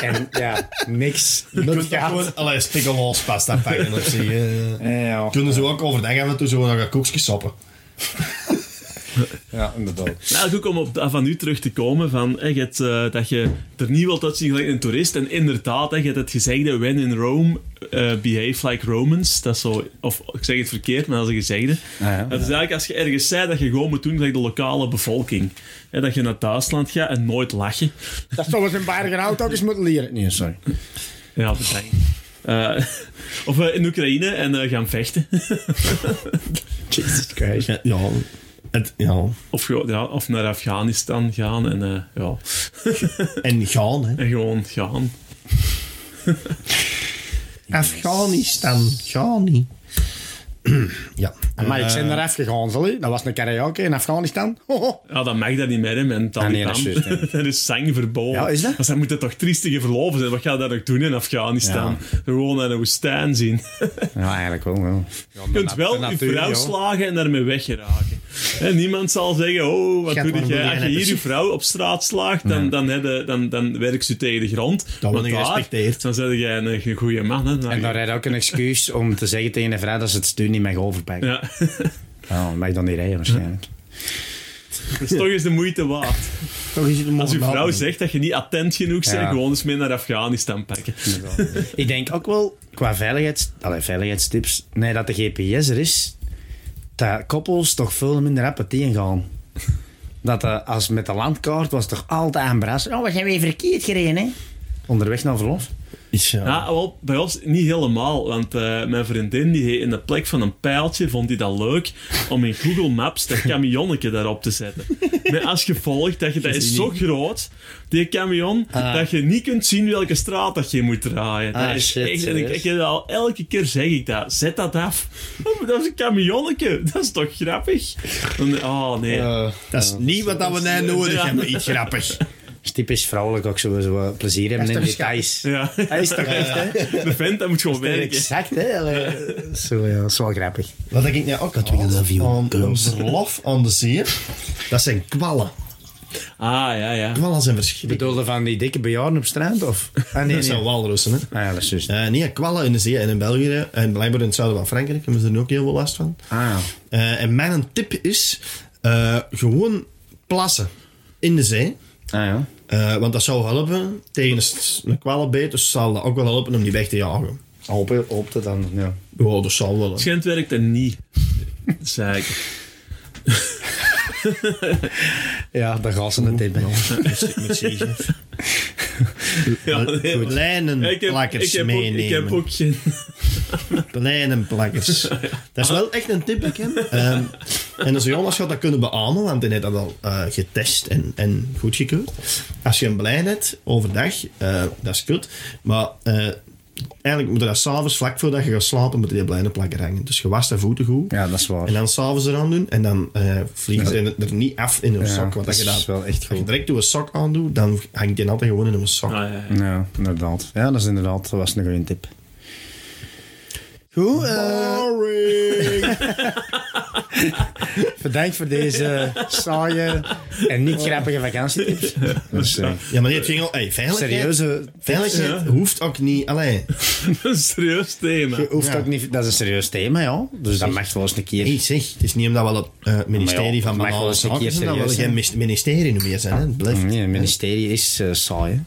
en ja, niks. Je Nut kunt dat gehad. gewoon... Allee, spikkelhols pasta pakken of zo. eh. Eh, Ja, Kunnen ze ook overdag af en toe zo nog een koekje soppen. ja, inderdaad. Nou, goed om op dat van u terug te komen, van, hè, je hebt, eh, dat je er niet wilt uitzien gelijk een toerist. En inderdaad, hè, je hebt het gezegde, when in Rome, eh, behave like Romans. Dat is zo, of ik zeg het verkeerd, maar dat is een gezegde. ja. Het is eigenlijk als je ergens zei dat je gewoon moet doen gelijk de lokale bevolking. Hè, dat je naar het Duitsland gaat en nooit lachen. Dat is toch eens een baardige auto eens moeten leren. Nee, sorry. Ja, dat denk ik. Eh, of eh, in Oekraïne en eh, gaan vechten. Jesus Christ. Ja. Het, ja. Of, gewoon- ja, of naar Afghanistan gaan en, eh, ja, En gaan, hè. en gewoon gaan. Afghanistan. Gaan niet. ja. Ah, Eh, Maar ik ben er afgegaan, sorry. Dat was een karaoke in Afghanistan. Hoho. Ja, dat mag dat niet meer, hè, man. Ah, nee, Taliban. dat is juist, dat is zang verboden. Ja, is dat? Dus dan moet het toch triestige verloven zijn. Wat ga je daar nog doen in Afghanistan? Gewoon naar een woestijn zien. Ja, eigenlijk wel. wel. Je kunt wel de je natuur, vrouw ja. slagen en daarmee weggeraken. En niemand zal zeggen, oh, wat Schat, doe waarom doe jij? jij Als je dat hier je precies? vrouw op straat slaagt, dan, dan, heb je- dan, dan werk je tegen de grond. Dan word Want je daar, gerespecteerd. Dan zeg jij een, een goede man. Hè, Dan- En daar heb je ook een excuus om te zeggen tegen een vrouw dat ze het stuur niet mag overpakken. ja. Ja, dan mag ik dan niet rijden waarschijnlijk. Dat is toch eens de moeite waard. Toch is het een Als je mooie vrouw naam. zegt dat je niet attent genoeg bent, Ja. gewoon eens mee naar Afghanistan pakken. Ik denk ook wel, qua veiligheids, allee, veiligheidstips, nee, dat de GPS er is, dat koppels toch veel minder appetit gaan. Dat eh, als met de landkaart was toch altijd aan bras. Oh, we zijn weer verkeerd gereden, hè? Onderweg naar verlof. Is, ja. Ja, wel, bij ons niet helemaal. Want eh, mijn vriendin die heeft in de plek van een pijltje vond die dat leuk om in Google Maps dat camionnetje daarop te zetten. Met als gevolg dat je, dat is zo groot, die camion, dat je niet kunt zien welke straat dat je moet draaien. Ah, dat is shit, echt, en ik, serieus? ik- al elke keer zeg ik dat. Zet dat af. Oh, Dat is een camionnetje. Dat is toch grappig? En- Oh nee. dat is niet wat dat we nou nodig Ja. hebben. Iets grappig. is typisch vrouwelijk ook zo, zo wat plezier hebben in Dat is toch details. ja. Dat is toch echt, hè? De vent dat moet gewoon werken. Exact, hè? Allee, Zo, ja, dat is wel grappig. Wat ik nou ook had love you, aan een girls. verlof aan de zee, dat zijn kwallen. Ah ja, ja. Kwallen zijn Ik verschrikkelijk. bedoelde van die dikke bejaarden op straat, of? Ah, nee, Dat nee. zijn walrussen, hè. Ah, ja, dat is juist. Eh, nee, kwallen in de zee en in België en blijkbaar in het zuiden van Frankrijk hebben ze er nu ook heel veel last van. Ah, Eh, en mijn tip is eh, gewoon plassen in de zee. ah ja. Eh, want dat zou helpen tegen een s- een kwallenbeet, dus zal dat ook wel helpen om die weg te jagen. Hoop, hoopte dan, ja. Ja, dat zal wel. hè. Schijnt werkt dat niet. Zeker. Ja, daar gaan ze het hebben. Met zee, hè. Ja, nee, maar- Lijnen Ik heb, ik, plakkers heb ook, ik heb meenemen. ook geen. Pleinenplakkers. Dat is wel echt een tip, ik heb. Ehm, en als Jonas gaat dat kunnen beamen, want hij heeft dat al eh, getest en, en goedgekeurd. Als je een plein hebt, overdag, eh, dat is goed. Maar eh, eigenlijk moet je dat s'avonds, vlak voordat je gaat slapen, moet je die pleinen plakken hangen. Dus je wast je voeten goed. Ja, dat is En waar. dan s'avonds eraan doen. En dan eh vliegen ze er- er niet af in hun sok. Want dat als je is dat wel echt als je goed. direct door een sok aandoet, dan hangt die altijd gewoon in een sok. Ah, ja. Ja, inderdaad. Ja, dat is inderdaad, dat was een goede tip. Goed, eh, Boring! bedankt voor deze saaie en niet grappige vakantietips. Dat is, eh, ja, maar nee, het ging al... Hey, veiligheid. serieuze... Veiligheid hoeft ook niet... Allee, Een serieus thema. Je hoeft Ja. ook niet, dat is een serieus thema, ja. Dus dat mag wel eens een keer. hey, zeg, het is niet omdat we wel het eh, ministerie Dus- Maar ja, het van mag wel Banale eens een Zaken keer zijn, dat we serieus Ah. geen mis- ministerie meer zijn. Hè? Het blijft. Nee, het ministerie is eh, saai,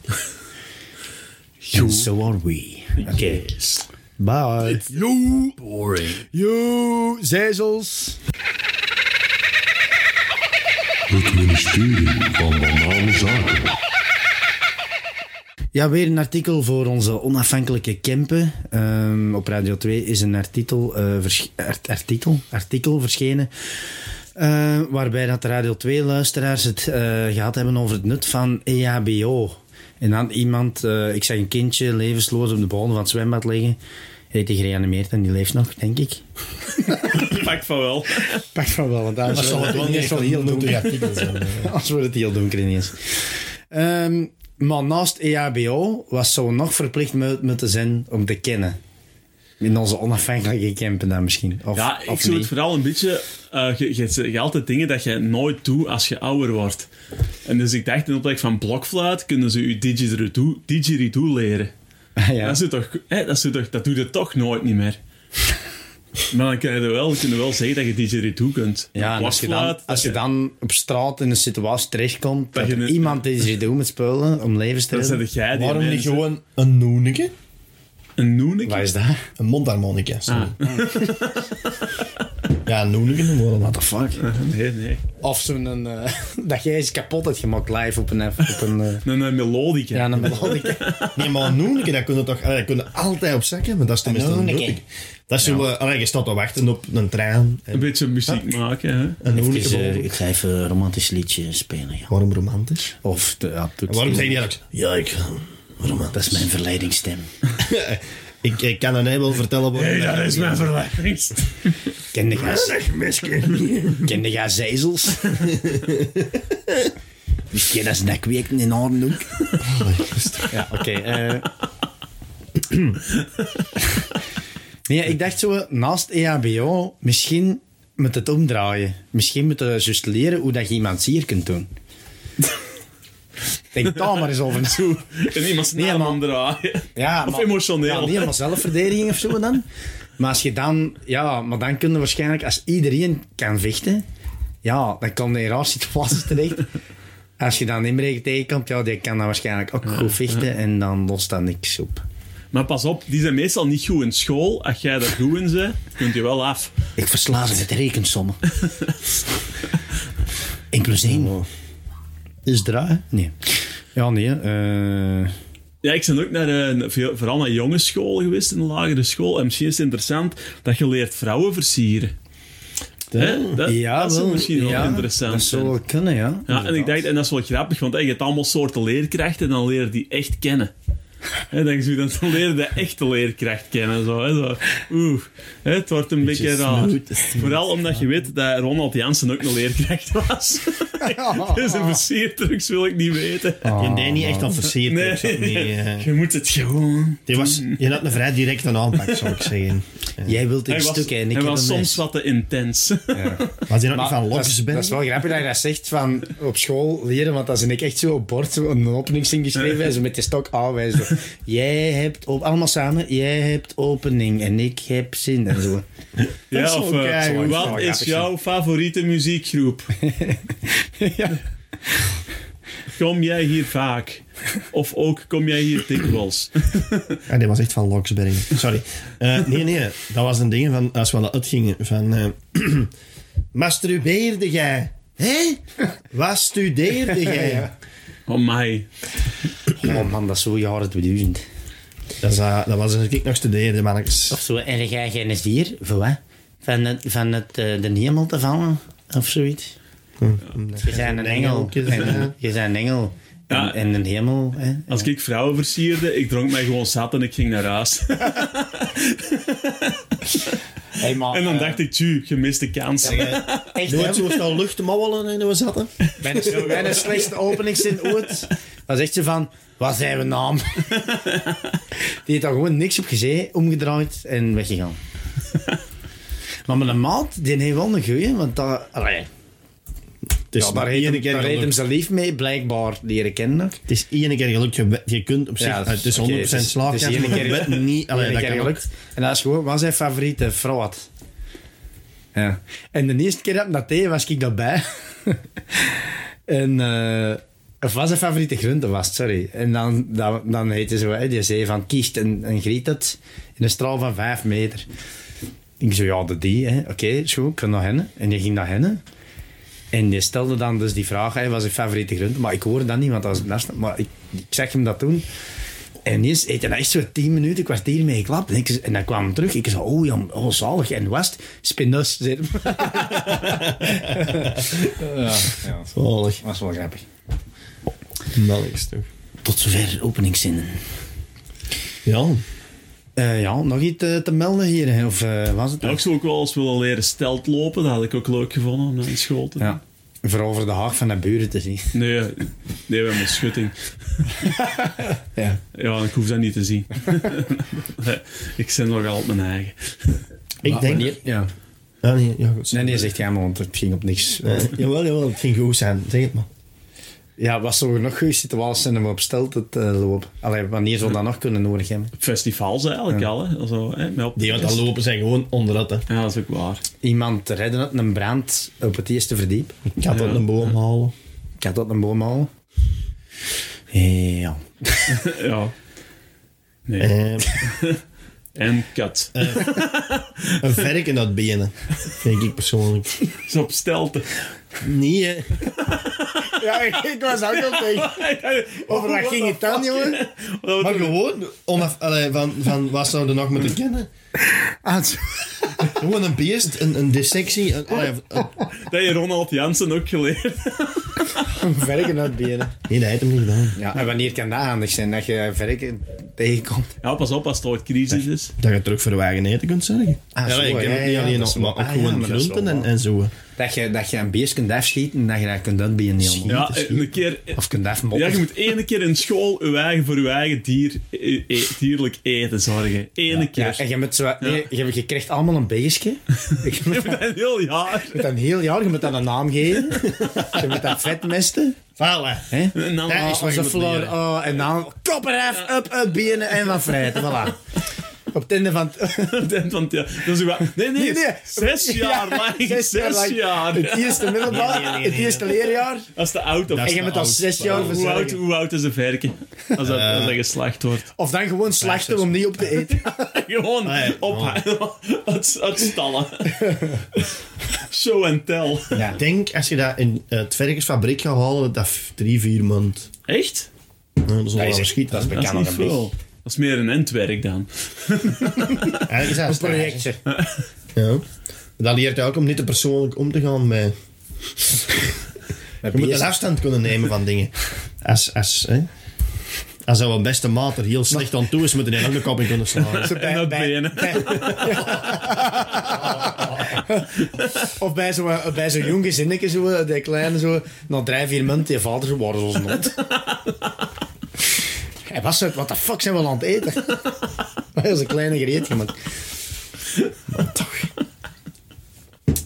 hè. And so are we. Oké. Bye. Yo, boring. Yo, zezels. Het ministerie van Banale Zaken. Ja, weer een artikel voor onze onafhankelijke Kempen. Ehm, op Radio 2 is een artikel, eh, versch- art- artikel, artikel verschenen. eh, waarbij dat de Radio 2-luisteraars het eh, gehad hebben over het nut van E EHBO. En dan iemand, eh, ik zag een kindje levensloos op de bodem van het zwembad liggen. Hij heeft die gereanimeerd en die leeft nog, denk ik. Pak van wel. Pak van wel, want Dat anders zal het wel niet echt een heel nuttig artikel zijn. hè. Als we het heel donker ineens. Ehm maar naast EHBO was zo nog verplicht met, met te zijn om te kennen. In onze onafhankelijke campen dan misschien. Of, Ja, ik of zou het niet. vooral een beetje. eh, je, je, je, je altijd dingen dat je nooit doet als je ouder wordt. En dus ik dacht in de plek van blokfluit kunnen ze je didgeridoo, didgeridoo leren. ja. Dat, is toch, hè, dat, is toch, dat doe je toch nooit niet meer. Maar dan kun je wel, kunnen wel zeggen dat je didgeridoo kunt. Ja, en als je, dan, Blokfluit, eh, als je dat- dan op straat in een situatie terechtkomt Dat dat, je er een- iemand is die doet met spullen om levens te Dan redden. zet jij die Waarom niet mensen- gewoon een noeneke? Een noeneke? Wat is dat? Een Ah. mondharmonica, sorry. Ja, een noeneke noemen we dat. What the fuck? Nee, nee. Of zo'n... eh, dat jij eens kapot hebt gemaakt live op een... Op een eh, Een, een melodica. ja, een melodie. Nee, maar een noeneke, dat kunnen we toch allee, dat kunnen we altijd op zakken, maar dat is tenminste een noeneke. noeneke. Dat is zo, eh, allee, je staat te wachten op een trein. En Een beetje muziek maken, hè. een Even, noeneke eh, boven. ik ga even een romantisch liedje spelen. Ja. Waarom romantisch? Of... de- Ja, En waarom zei hij eigenlijk? Ja, ik. Waarom Dat is mijn verleidingsstem. ik, ik kan een wel vertellen waarom. mijn verleidingst. Ken de gas, Zeg, misken. ken de gas zezels? Misschien dat ze dat kweken in haar noek. Oh, Ja, oké. eh. nee, ik dacht zo, naast E EHBO, misschien moet het omdraaien. Misschien moet je juist leren hoe dat je iemand zier kunt doen. Denk daar maar eens over na. En iemand Nee, snel maar- aan draaien. Ja, Of emotioneel. Ja, niet helemaal zelfverdediging of zo dan. Maar als je dan... Ja, maar dan kun je waarschijnlijk... Als iedereen kan vechten... Ja, dan kan je in raar situaties terecht. Als je dan inbreker tegenkomt, ja, die kan dan waarschijnlijk ook goed vechten. En dan lost dat niks op. Maar pas op, die zijn meestal niet goed in school. Als jij daar goed in bent, kunt je wel af. Ik versla ze met rekensommen. 1 plus 1. Is draai? Nee. Ja, nee. eh, Ja, ik ben ook naar, eh, veel- vooral naar jongensschool geweest, in de lagere school. En misschien is het interessant dat je leert vrouwen versieren. Hè? Dat, ja, dat is wel, misschien wel ja, interessant. Dat zou wel kunnen, ja. Ja, en ik dacht, en dat is wel grappig, want hey, je hebt allemaal soorten leerkrachten en dan leer je die echt kennen. Hè, dan, is het dan- dan leer je de echte leerkracht kennen. Zo, hè, zo. Oeh, hè, het wordt een beetje, raar. Vooral omdat je weet dat Ronald Jansen ook een leerkracht was. dus een versiertrucs wil ik niet weten. Je deed Ah. niet echt aan versierd. Nee. Oh, ik zat niet, eh. Je moet het gewoon... Die was, je had een vrij directe aanpak, zou ik zeggen. Jij wilt Hij een was, stuk en ik hij heb was een soms mes. wat te intens. Was die nog niet dat, is, van lokjes dat is binnen? wel grappig dat je dat zegt van op school leren, want dat is ik echt zo op bord zo een openingszin geschreven en zo met de stok aanwijzen. Jij hebt, op, allemaal samen, jij hebt opening en ik heb zin en zo. ja, wel of, eh, keigoed. wat Dat zou is grappig jouw favoriete muziekgroep? Kom jij hier vaak? Of ook, kom jij hier dikwijls? Ja, Ah, die was echt van Loksbergen. Sorry. Eh, nee, nee. Dat was een ding van, als we dat uitgingen. Van, eh, masturbeerde jij? Hé? Wat studeerde jij? Oh my. Oh man, dat is zo jaren 2000. Dat, is, eh, dat was als ik nog studeerde, mannetjes. Of zo, en ga jij eens hier, voor wat? Van, het, van het, eh, de hemel te vallen, of zoiets. Je bent een engel. engeltje, En- hè. Je bent een engel. Ja. En, en een hemel. Hè? Als ik vrouwen versierde, ik dronk mij gewoon zat en ik ging naar huis. En Ah. dan dacht ik, tju, gemiste kans. Echt, Nooit zo snel lucht te mouwen en we zaten. Mijn, mijn slechtste openingszin ooit was echt zo van, wat zijn we naam? Die heeft daar gewoon niks op gezegd, omgedraaid en weggegaan. Maar mijn maat, die heeft wel een goeie, want dat... allee, Het is ja, maar daar heeft één hem, keer daar heeft hem gelukt. zijn lief mee blijkbaar leren kennen nog. Het is één keer gelukt. Je, je kunt op zich... Ja, het is oké, 100% okay, het is- slaafkans, het is één maar keer- je bent niet... Allee, Eén dat keer kan gelukt. En dat is gewoon, wat zijn favoriete fraud? Ja. En de eerste keer dat ik dat deed, was ik daarbij. en, eh, of was zijn favoriete groente was, het, sorry. En dan, dan, dan heette ze, hè, die zei van, kiest en, en griet het in een straal van vijf meter. Ik zo, ja, de die, hè. Oké, is goed, ik ga naar hennen. En die ging naar hennen. En die stelde dan dus die vraag, hè, wat is je favoriete groente? Maar ik hoorde dat niet, want dat was het naast- Maar ik, ik zag hem dat doen. En ineens eet hij echt zo tien minuten, kwartier mee geklapt. En, ik, en dan kwam hij terug. Ik zei, oh Jan, oh zalig. En was het spinos. zei hij. Zalig. Dat was wel grappig. Mannetjes toch. Tot zover openingszinnen. Ja. Eh, ja, nog iets eh, te melden hier? hè? Of eh, was het Ja, ik zou ook wel eens willen leren stelt lopen, dat had ik ook leuk gevonden om naar de school te doen. Ja. Vooral voor de haag van de buren te zien. Nee, nee, we hebben een schutting. Ja. Ja, ik hoef dat niet te zien. Nee, ik zit nogal op mijn eigen. Ik denk... Ja. Ah, nee, ja, goed. Nee, nee, zegt hij maar, want het ging op niks. Eh, jawel, jawel, het ging goed zijn. Zeg het maar. Ja, was er nog goede situaties zijn om op stelt het lopen? Allee, wanneer zou dat nog kunnen nodig hebben? Festivals eigenlijk al, hè. Zo, hè met op- Die aan het lopen zijn gewoon onderuit. Hè. Ja, dat is ook waar. Iemand redden uit een brand op het eerste verdiep. Ik had dat Ja. een boom halen. Ik had dat een boom al. Ja. Ja. Nee. Eh, En kat. Eh. een verk in dat benen. Denk ik persoonlijk. Zo op stelten. Nee, hè. Ja, ik was ook al tegen. Over wat ging het dan, jongen? maar gewoon onaf, allee, van, van wat zouden we nog moeten kennen? Ah, zo. Gewoon een beest, een, een dissectie. Een, allee, een- Dat je Ronald Jansen ook geleerd. Verken uit benen. nee, dat heeft hem niet gedaan. Ja, en wanneer kan dat handig zijn? Dat je verken tegenkomt? Ja, pas op als het ooit crisis is. Dat je terug voor je eigen eten kunt zorgen. Ah, zo, ik ken ja, het niet ja, dat alleen nog, is maar wel- ook ah, ja, gewoon maar dat is groenten wel en, waar. en zo. Dat je, dat je een beest kunt afschieten en dat je dat kunt uitbenen helemaal. Ja, een keer... Of kunt Ja, afmotten. je moet ene keer in school uw eigen, voor je eigen dier, e- e- dierlijk eten zorgen. Ene keer. Ja, en je, moet zo, nee, je, je krijgt allemaal een beestje. Je moet Ik ben heel jaar. dat een heel jaar, je moet dat een naam geven. Je moet dat vet mesten. Vallen. Hè? En dan Ja, Ah, wat je onze moet verloren. leren. Oh, en dan kop eraf, up, up, benen en van vrijheid. Voilà. Op het einde van... het- want ja, dat is ook wel- nee, nee, Nee, nee. Zes jaar lang. Zes, lang. jaar. Het eerste middelbaar, Nee, nee, nee, het eerste leerjaar. Als de auto... Dat En is je te moet al oud. zes jaar Nou, Hoe oud, verzorgen. hoe oud is een verke? Als dat, als dat geslacht wordt. Of dan gewoon slachten om niet op te eten. Gewoon Nee, op... Het, het stallen. Show and tell. Ja. Ik denk, als je dat in eh, het verkersfabriek gaat halen, dat dat f- drie, vier maand... Echt? Ja, dat is nog wel is echt- verschiet. dat is hè. Dat is kan niet nog een veel. Dat is meer een endwerk dan. Eigenlijk is dat een projectje. Ja. Dat leert je ook om niet te persoonlijk om te gaan met... Je moet een afstand kunnen nemen van dingen. Als, als, hè? als jouw beste maat er heel slecht aan toe is, moet je een andere kop in kunnen slaan. En dat benen. Of bij zo'n bij zo'n jong gezinnetje, zo, eh, die kleine, zo, na drie, vier minuten, je vader zo, waar is ons not? Hij was uit, wat de fuck zijn we aan het eten? Dat is een kleine gereetje, man.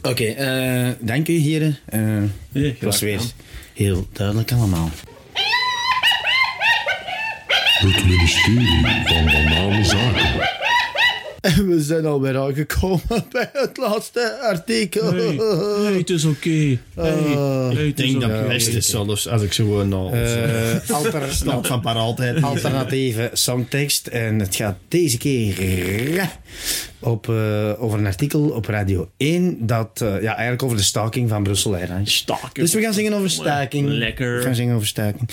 Oké, eh, dank u heren. Eh Nee, dat was graag weer gedaan. heel duidelijk allemaal. Het ministerie van Banale Zaken. En we zijn alweer aangekomen bij het laatste artikel. Nee, nee, het is oké. Nee, nee, Ik het is denk dat oké. het beste is, zelfs als ik zo nou... Eh, alter- Snap van paar altijd. alternatieve songtekst. En het gaat deze keer op, eh, over een artikel op Radio 1. Dat, eh, ja, eigenlijk over de staking van Brussel Airlines. Staken. Dus we gaan zingen over staking. We gaan Lekker. zingen over staking.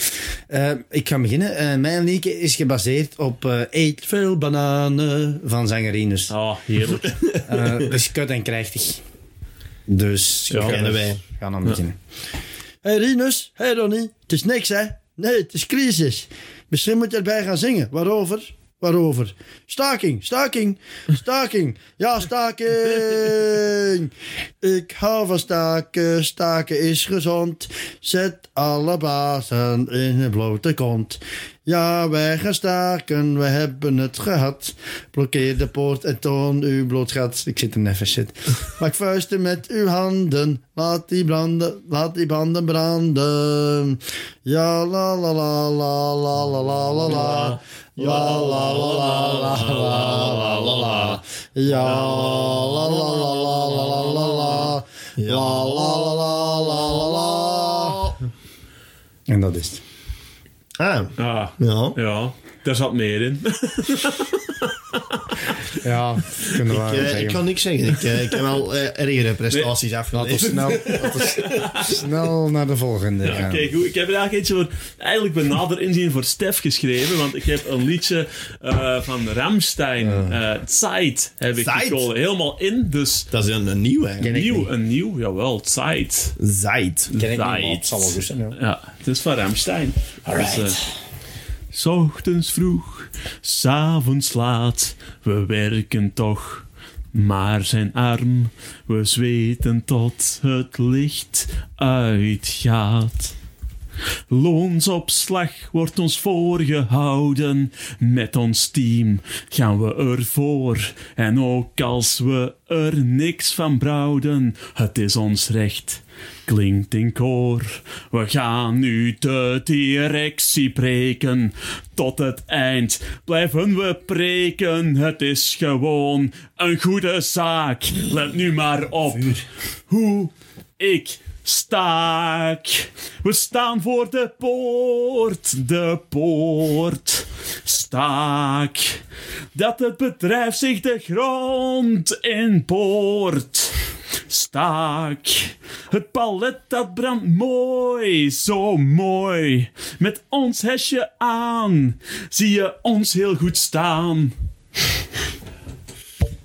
Eh, ik ga beginnen. Eh, mijn liedje is gebaseerd op eh Eet veel bananen van zangerines. Oh, heerlijk. Eh, dus kut en krijgtig. Dus Ja, ik ga kennen er- wij. Ga dan beginnen. Hey Rinus, hey Ronnie. Het is niks hè? Nee, het is crisis. Misschien moet je erbij gaan zingen. Waarover? Waarover? Staking, staking, staking. Ja, staking. Ik hou van staken, staken is gezond. Zet alle bazen in hun blote kont. Ja, wij gaan staken, we hebben het gehad. Blokkeer de poort en toon uw bloot gat. Ik zit er even shit. Maak vuisten met uw handen, laat die branden, laat die banden branden. Ja, la la la la la la la la la. Ja, la la la la la la la la. Ja, la la la la la la la la. La la la la la la la. En dat is het. Ah, Ah, ja. ja, daar zat meer in. Ja, kunnen we Ik, eh, ik kan niks zeggen. Ik, eh, ik heb wel eh, ergere prestaties afgeleverd. snel naar de volgende Ja, kijk, hoe- ik heb er eigenlijk eentje voor, eigenlijk bij nader inzien voor Stef geschreven, want ik heb een liedje eh, van Ramstein, eh Zeit, heb ik Zeit? gekozen. Helemaal in, dus Dat is een, een nieuw eigenlijk. nieuw, een nieuw, jawel, Zeit. Zaid. Zeit. Ja, het is van Ramstein. Dus, eh, S ochtends vroeg, s'avonds laat, we werken toch. Maar zijn arm, we zweten tot het licht uitgaat. Loonsopslag wordt ons voorgehouden. Met ons team gaan we ervoor. En ook als we er niks van brouwden, het is ons recht. Klinkt in koor. We gaan nu de directie preken. Tot het eind blijven we preken. Het is gewoon een goede zaak. Let nu maar op hoe ik staak. We staan voor de poort, de poort. Staak. Dat het bedrijf zich de grond in boort. Staak. Het palet dat brandt mooi, zo mooi. Met ons hesje aan zie je ons heel goed staan.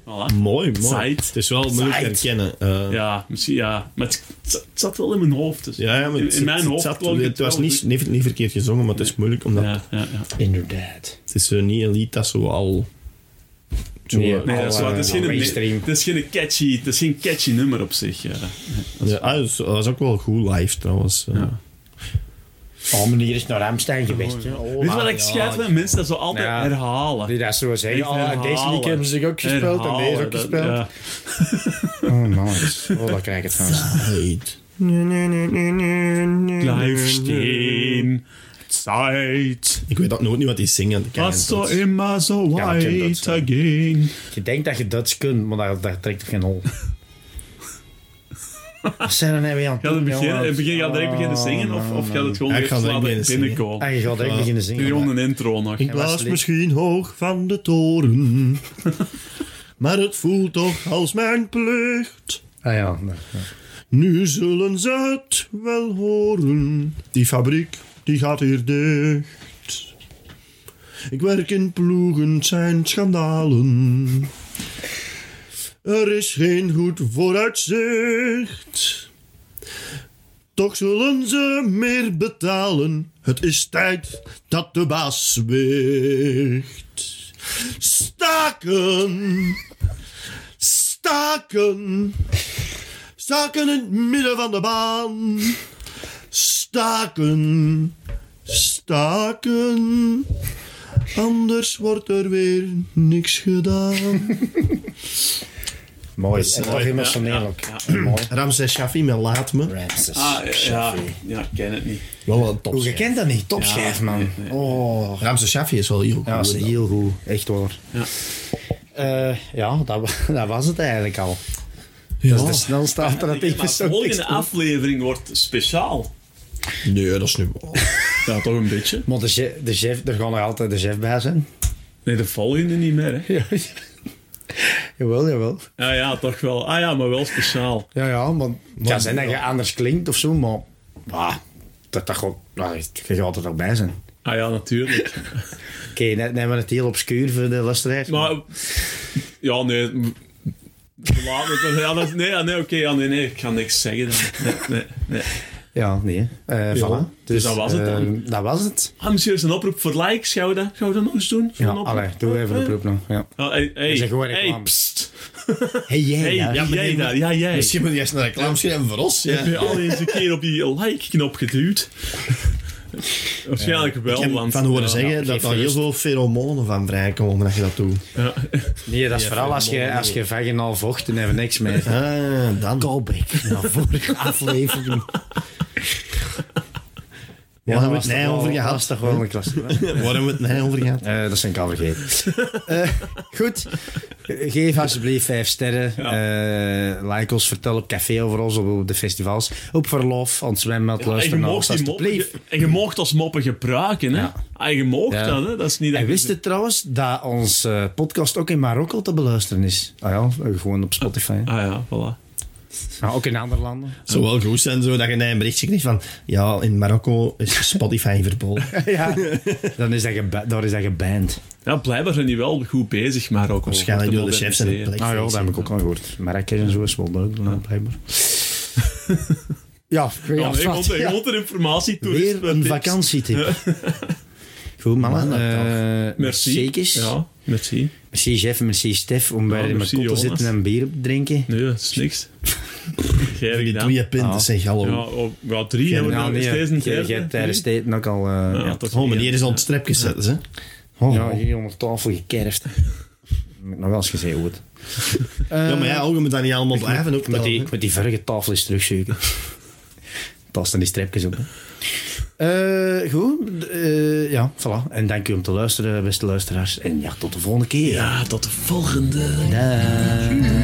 Voilà. Mooi, mooi. Zaid. Het is wel moeilijk te Zaid. herkennen. Eh, Ja, misschien ja. Maar het, het zat wel in mijn hoofd. Dus. ja, ja, maar in, het, in mijn het hoofd zat- klonk het, het was wel niet, goed. niet, niet verkeerd gezongen, maar het is moeilijk omdat Ja, ja, ja. Inderdaad. het is eh, niet een lied dat zo al. Zo, Nee, eh, Nee, dat is wel- Alle- het is geen- mainstream. Het is geen catchy, het is geen catchy nummer op zich. Ja. ja, ah, dat is- dat was ook wel goed live trouwens. eh. Ja. Oh, meneer is naar Ramstein geweest. hè. Oh, Weet je wat ah, ik ja. schijt van mensen dat zo altijd Ja. herhalen. Die dat zo zeggen. Echt Oh, en deze herhalen. week hebben ze zich ook gespeeld en deze Herhalen, ook dat- gespeeld. ja. Oh man, oh, daar krijg ik het van. Eh, Zaid. Blijf steen, Zeit, Ik weet ook nooit niet wat die zingen. Ik ken was het zo niet. immer so Ja, ik ken dat, white ja. again. Je denkt dat je Duits kunt, maar daar, daar trekt er geen hol. Wat zijn er nou weer aan het Gaat het doen, begin, jongen? het begin, gaat direct beginnen zingen of, of gaat het gewoon Ik weer ga direct laten beginnen zingen. binnenkomen? Ah, je gaat direct Ja. beginnen Doe zingen. Gewoon maar- een intro nog. Ik En wat is blaas het lied? misschien hoog van de toren, maar het voelt toch als mijn plicht. Ah ja, nou, ja. Nu zullen ze het wel horen. Die fabriek, die gaat hier dicht. Ik werk in ploegen, het zijn schandalen. Er is geen goed vooruitzicht. Toch zullen ze meer betalen. Het is tijd dat de baas weegt. Staken! Staken! Staken in het midden van de baan. Staken. Staken. Anders wordt er weer niks gedaan. Mooi. Dus, En eh, toch emotioneel ook. Mooi. Ramses Shaffi met Laat Me. Ramses. Ah, ja, ja, ja, ik ken het niet. Wel een Hoe, je topschijf. kent dat niet? Topschijf, man. Oh, Ramses Shaffi is wel heel goed. Ja, dat is hoor. heel goed. Echt waar. Ja. Eh, ja, dat, wa- dat was het eigenlijk al. Ja. Dat is de snelste alternatief. Maar de volgende aflevering wordt speciaal. Nee, dat is niet waar. Ja, toch een beetje. Maar de chef, de chef, er gaat nog altijd de chef bij zijn. Nee, de volgende niet meer, hè. jawel, jawel. Ja, ja, toch wel. Ah ja, maar wel speciaal. Ja, ja, want het kan zijn dat je anders klinkt of zo, maar... Bah, dat, dat gaat, nou, je gaat er altijd nog bij zijn. Oké, Ah ja, natuurlijk. net nemen we het heel obscuur voor de luisteraars. Maar... Ja, nee... m- we Laten het, ja, dat, nee, ja, nee, oké, ja, nee, nee, ik ga niks zeggen dan. Nee, nee, nee. Ja, nee. hè. Eh voilà. Dus, dat was het eh, dan. dat was het. Ah, misschien is een oproep voor likes. Gaan we dat, gaan we dat nog eens doen? Ja, allee, doe even een proep nog. Ja. Ja, Ah, hey, hey, zeg gewoon hey, reclame. pst. Hey, jij Hey, daar. ja, jij daar, ja, jij. Misschien moet je eerst naar de reclame schrijven voor ons. Ja. Heb je al eens een keer op die like-knop geduwd? Waarschijnlijk wel, Ik heb want... eh, van horen ja, zeggen ja, dat geef daar heel rust. veel feromonen van vrijkomen als je dat doet. Ja. Nee, dat is vooral als je, als je vaginaal vocht en even niks mee. Ah, dan. Callback naar vorige aflevering. Waar hebben we was het nou toch over wel- gehad? dat was toch wel een klasse. Waar hebben we het nou over gehad? Eh, dat zijn ik al vergeten. Eh, goed. Geef alsjeblieft vijf sterren. Eh, like ons, vertel op café over ons, op, op de festivals. Op verlof, ons zwembad, En je luister naar mocht ons die moppen, alsjeblieft. ge- en je mocht als moppen gebruiken, hè? Ja. Ah, je mocht Ja. dat, hè? Dat is niet... dat En je- wist het trouwens dat onze eh, podcast ook in Marokko te beluisteren is? Ah ja, eh, gewoon op Spotify. Ah ja, voilà. Nou, ook in andere landen. Zou wel goed zijn zo, dat je een berichtje krijgt van... Ja, in Marokko is Spotify verboden. ja, dan is dat, geba- daar is dat geband. Ja, blijkbaar zijn die wel goed bezig, maar ook... Waarschijnlijk om te door de chefs en de moderniseren. plek. Nou ja, dat heb ik ook al gehoord. Marrakesh en zo is wel duidelijk, nou, blijkbaar. ja, ik weet Ja, nee, niet ik of vond dat- ik vond er informatie toe. Weer een vakantietip. Goed, mannen. eh Merci. Zekers. Ja, merci. Merci, Jeff. Merci, Stef. Om bij Ja, in mijn merci, kot te Jonas. zitten en bier op te drinken. Nee, dat is niks. Jij Die gedaan. twee punten, zeg, hallo. Ja, oh, ja, drie hebben we nog steeds een je, je, derde. hebt tijdens Drie? tijd ook al... eh, Ja, ja, tot Oh, hier. meneer is al het strep gezet, hè. oh, ja, hier onder tafel gekerfd. Moet ik nog wel eens gezegd hoe het. Ja, maar ja, ook, je moet dat niet allemaal blijven ook. Met tellen, die, hè. met die verge tafel eens terugzoeken. Pas dan die strepjes op. hè. Eh, goed, eh, ja, voilà. En dank u om te luisteren, beste luisteraars. En ja, tot de volgende keer. Ja, tot de volgende. Dag.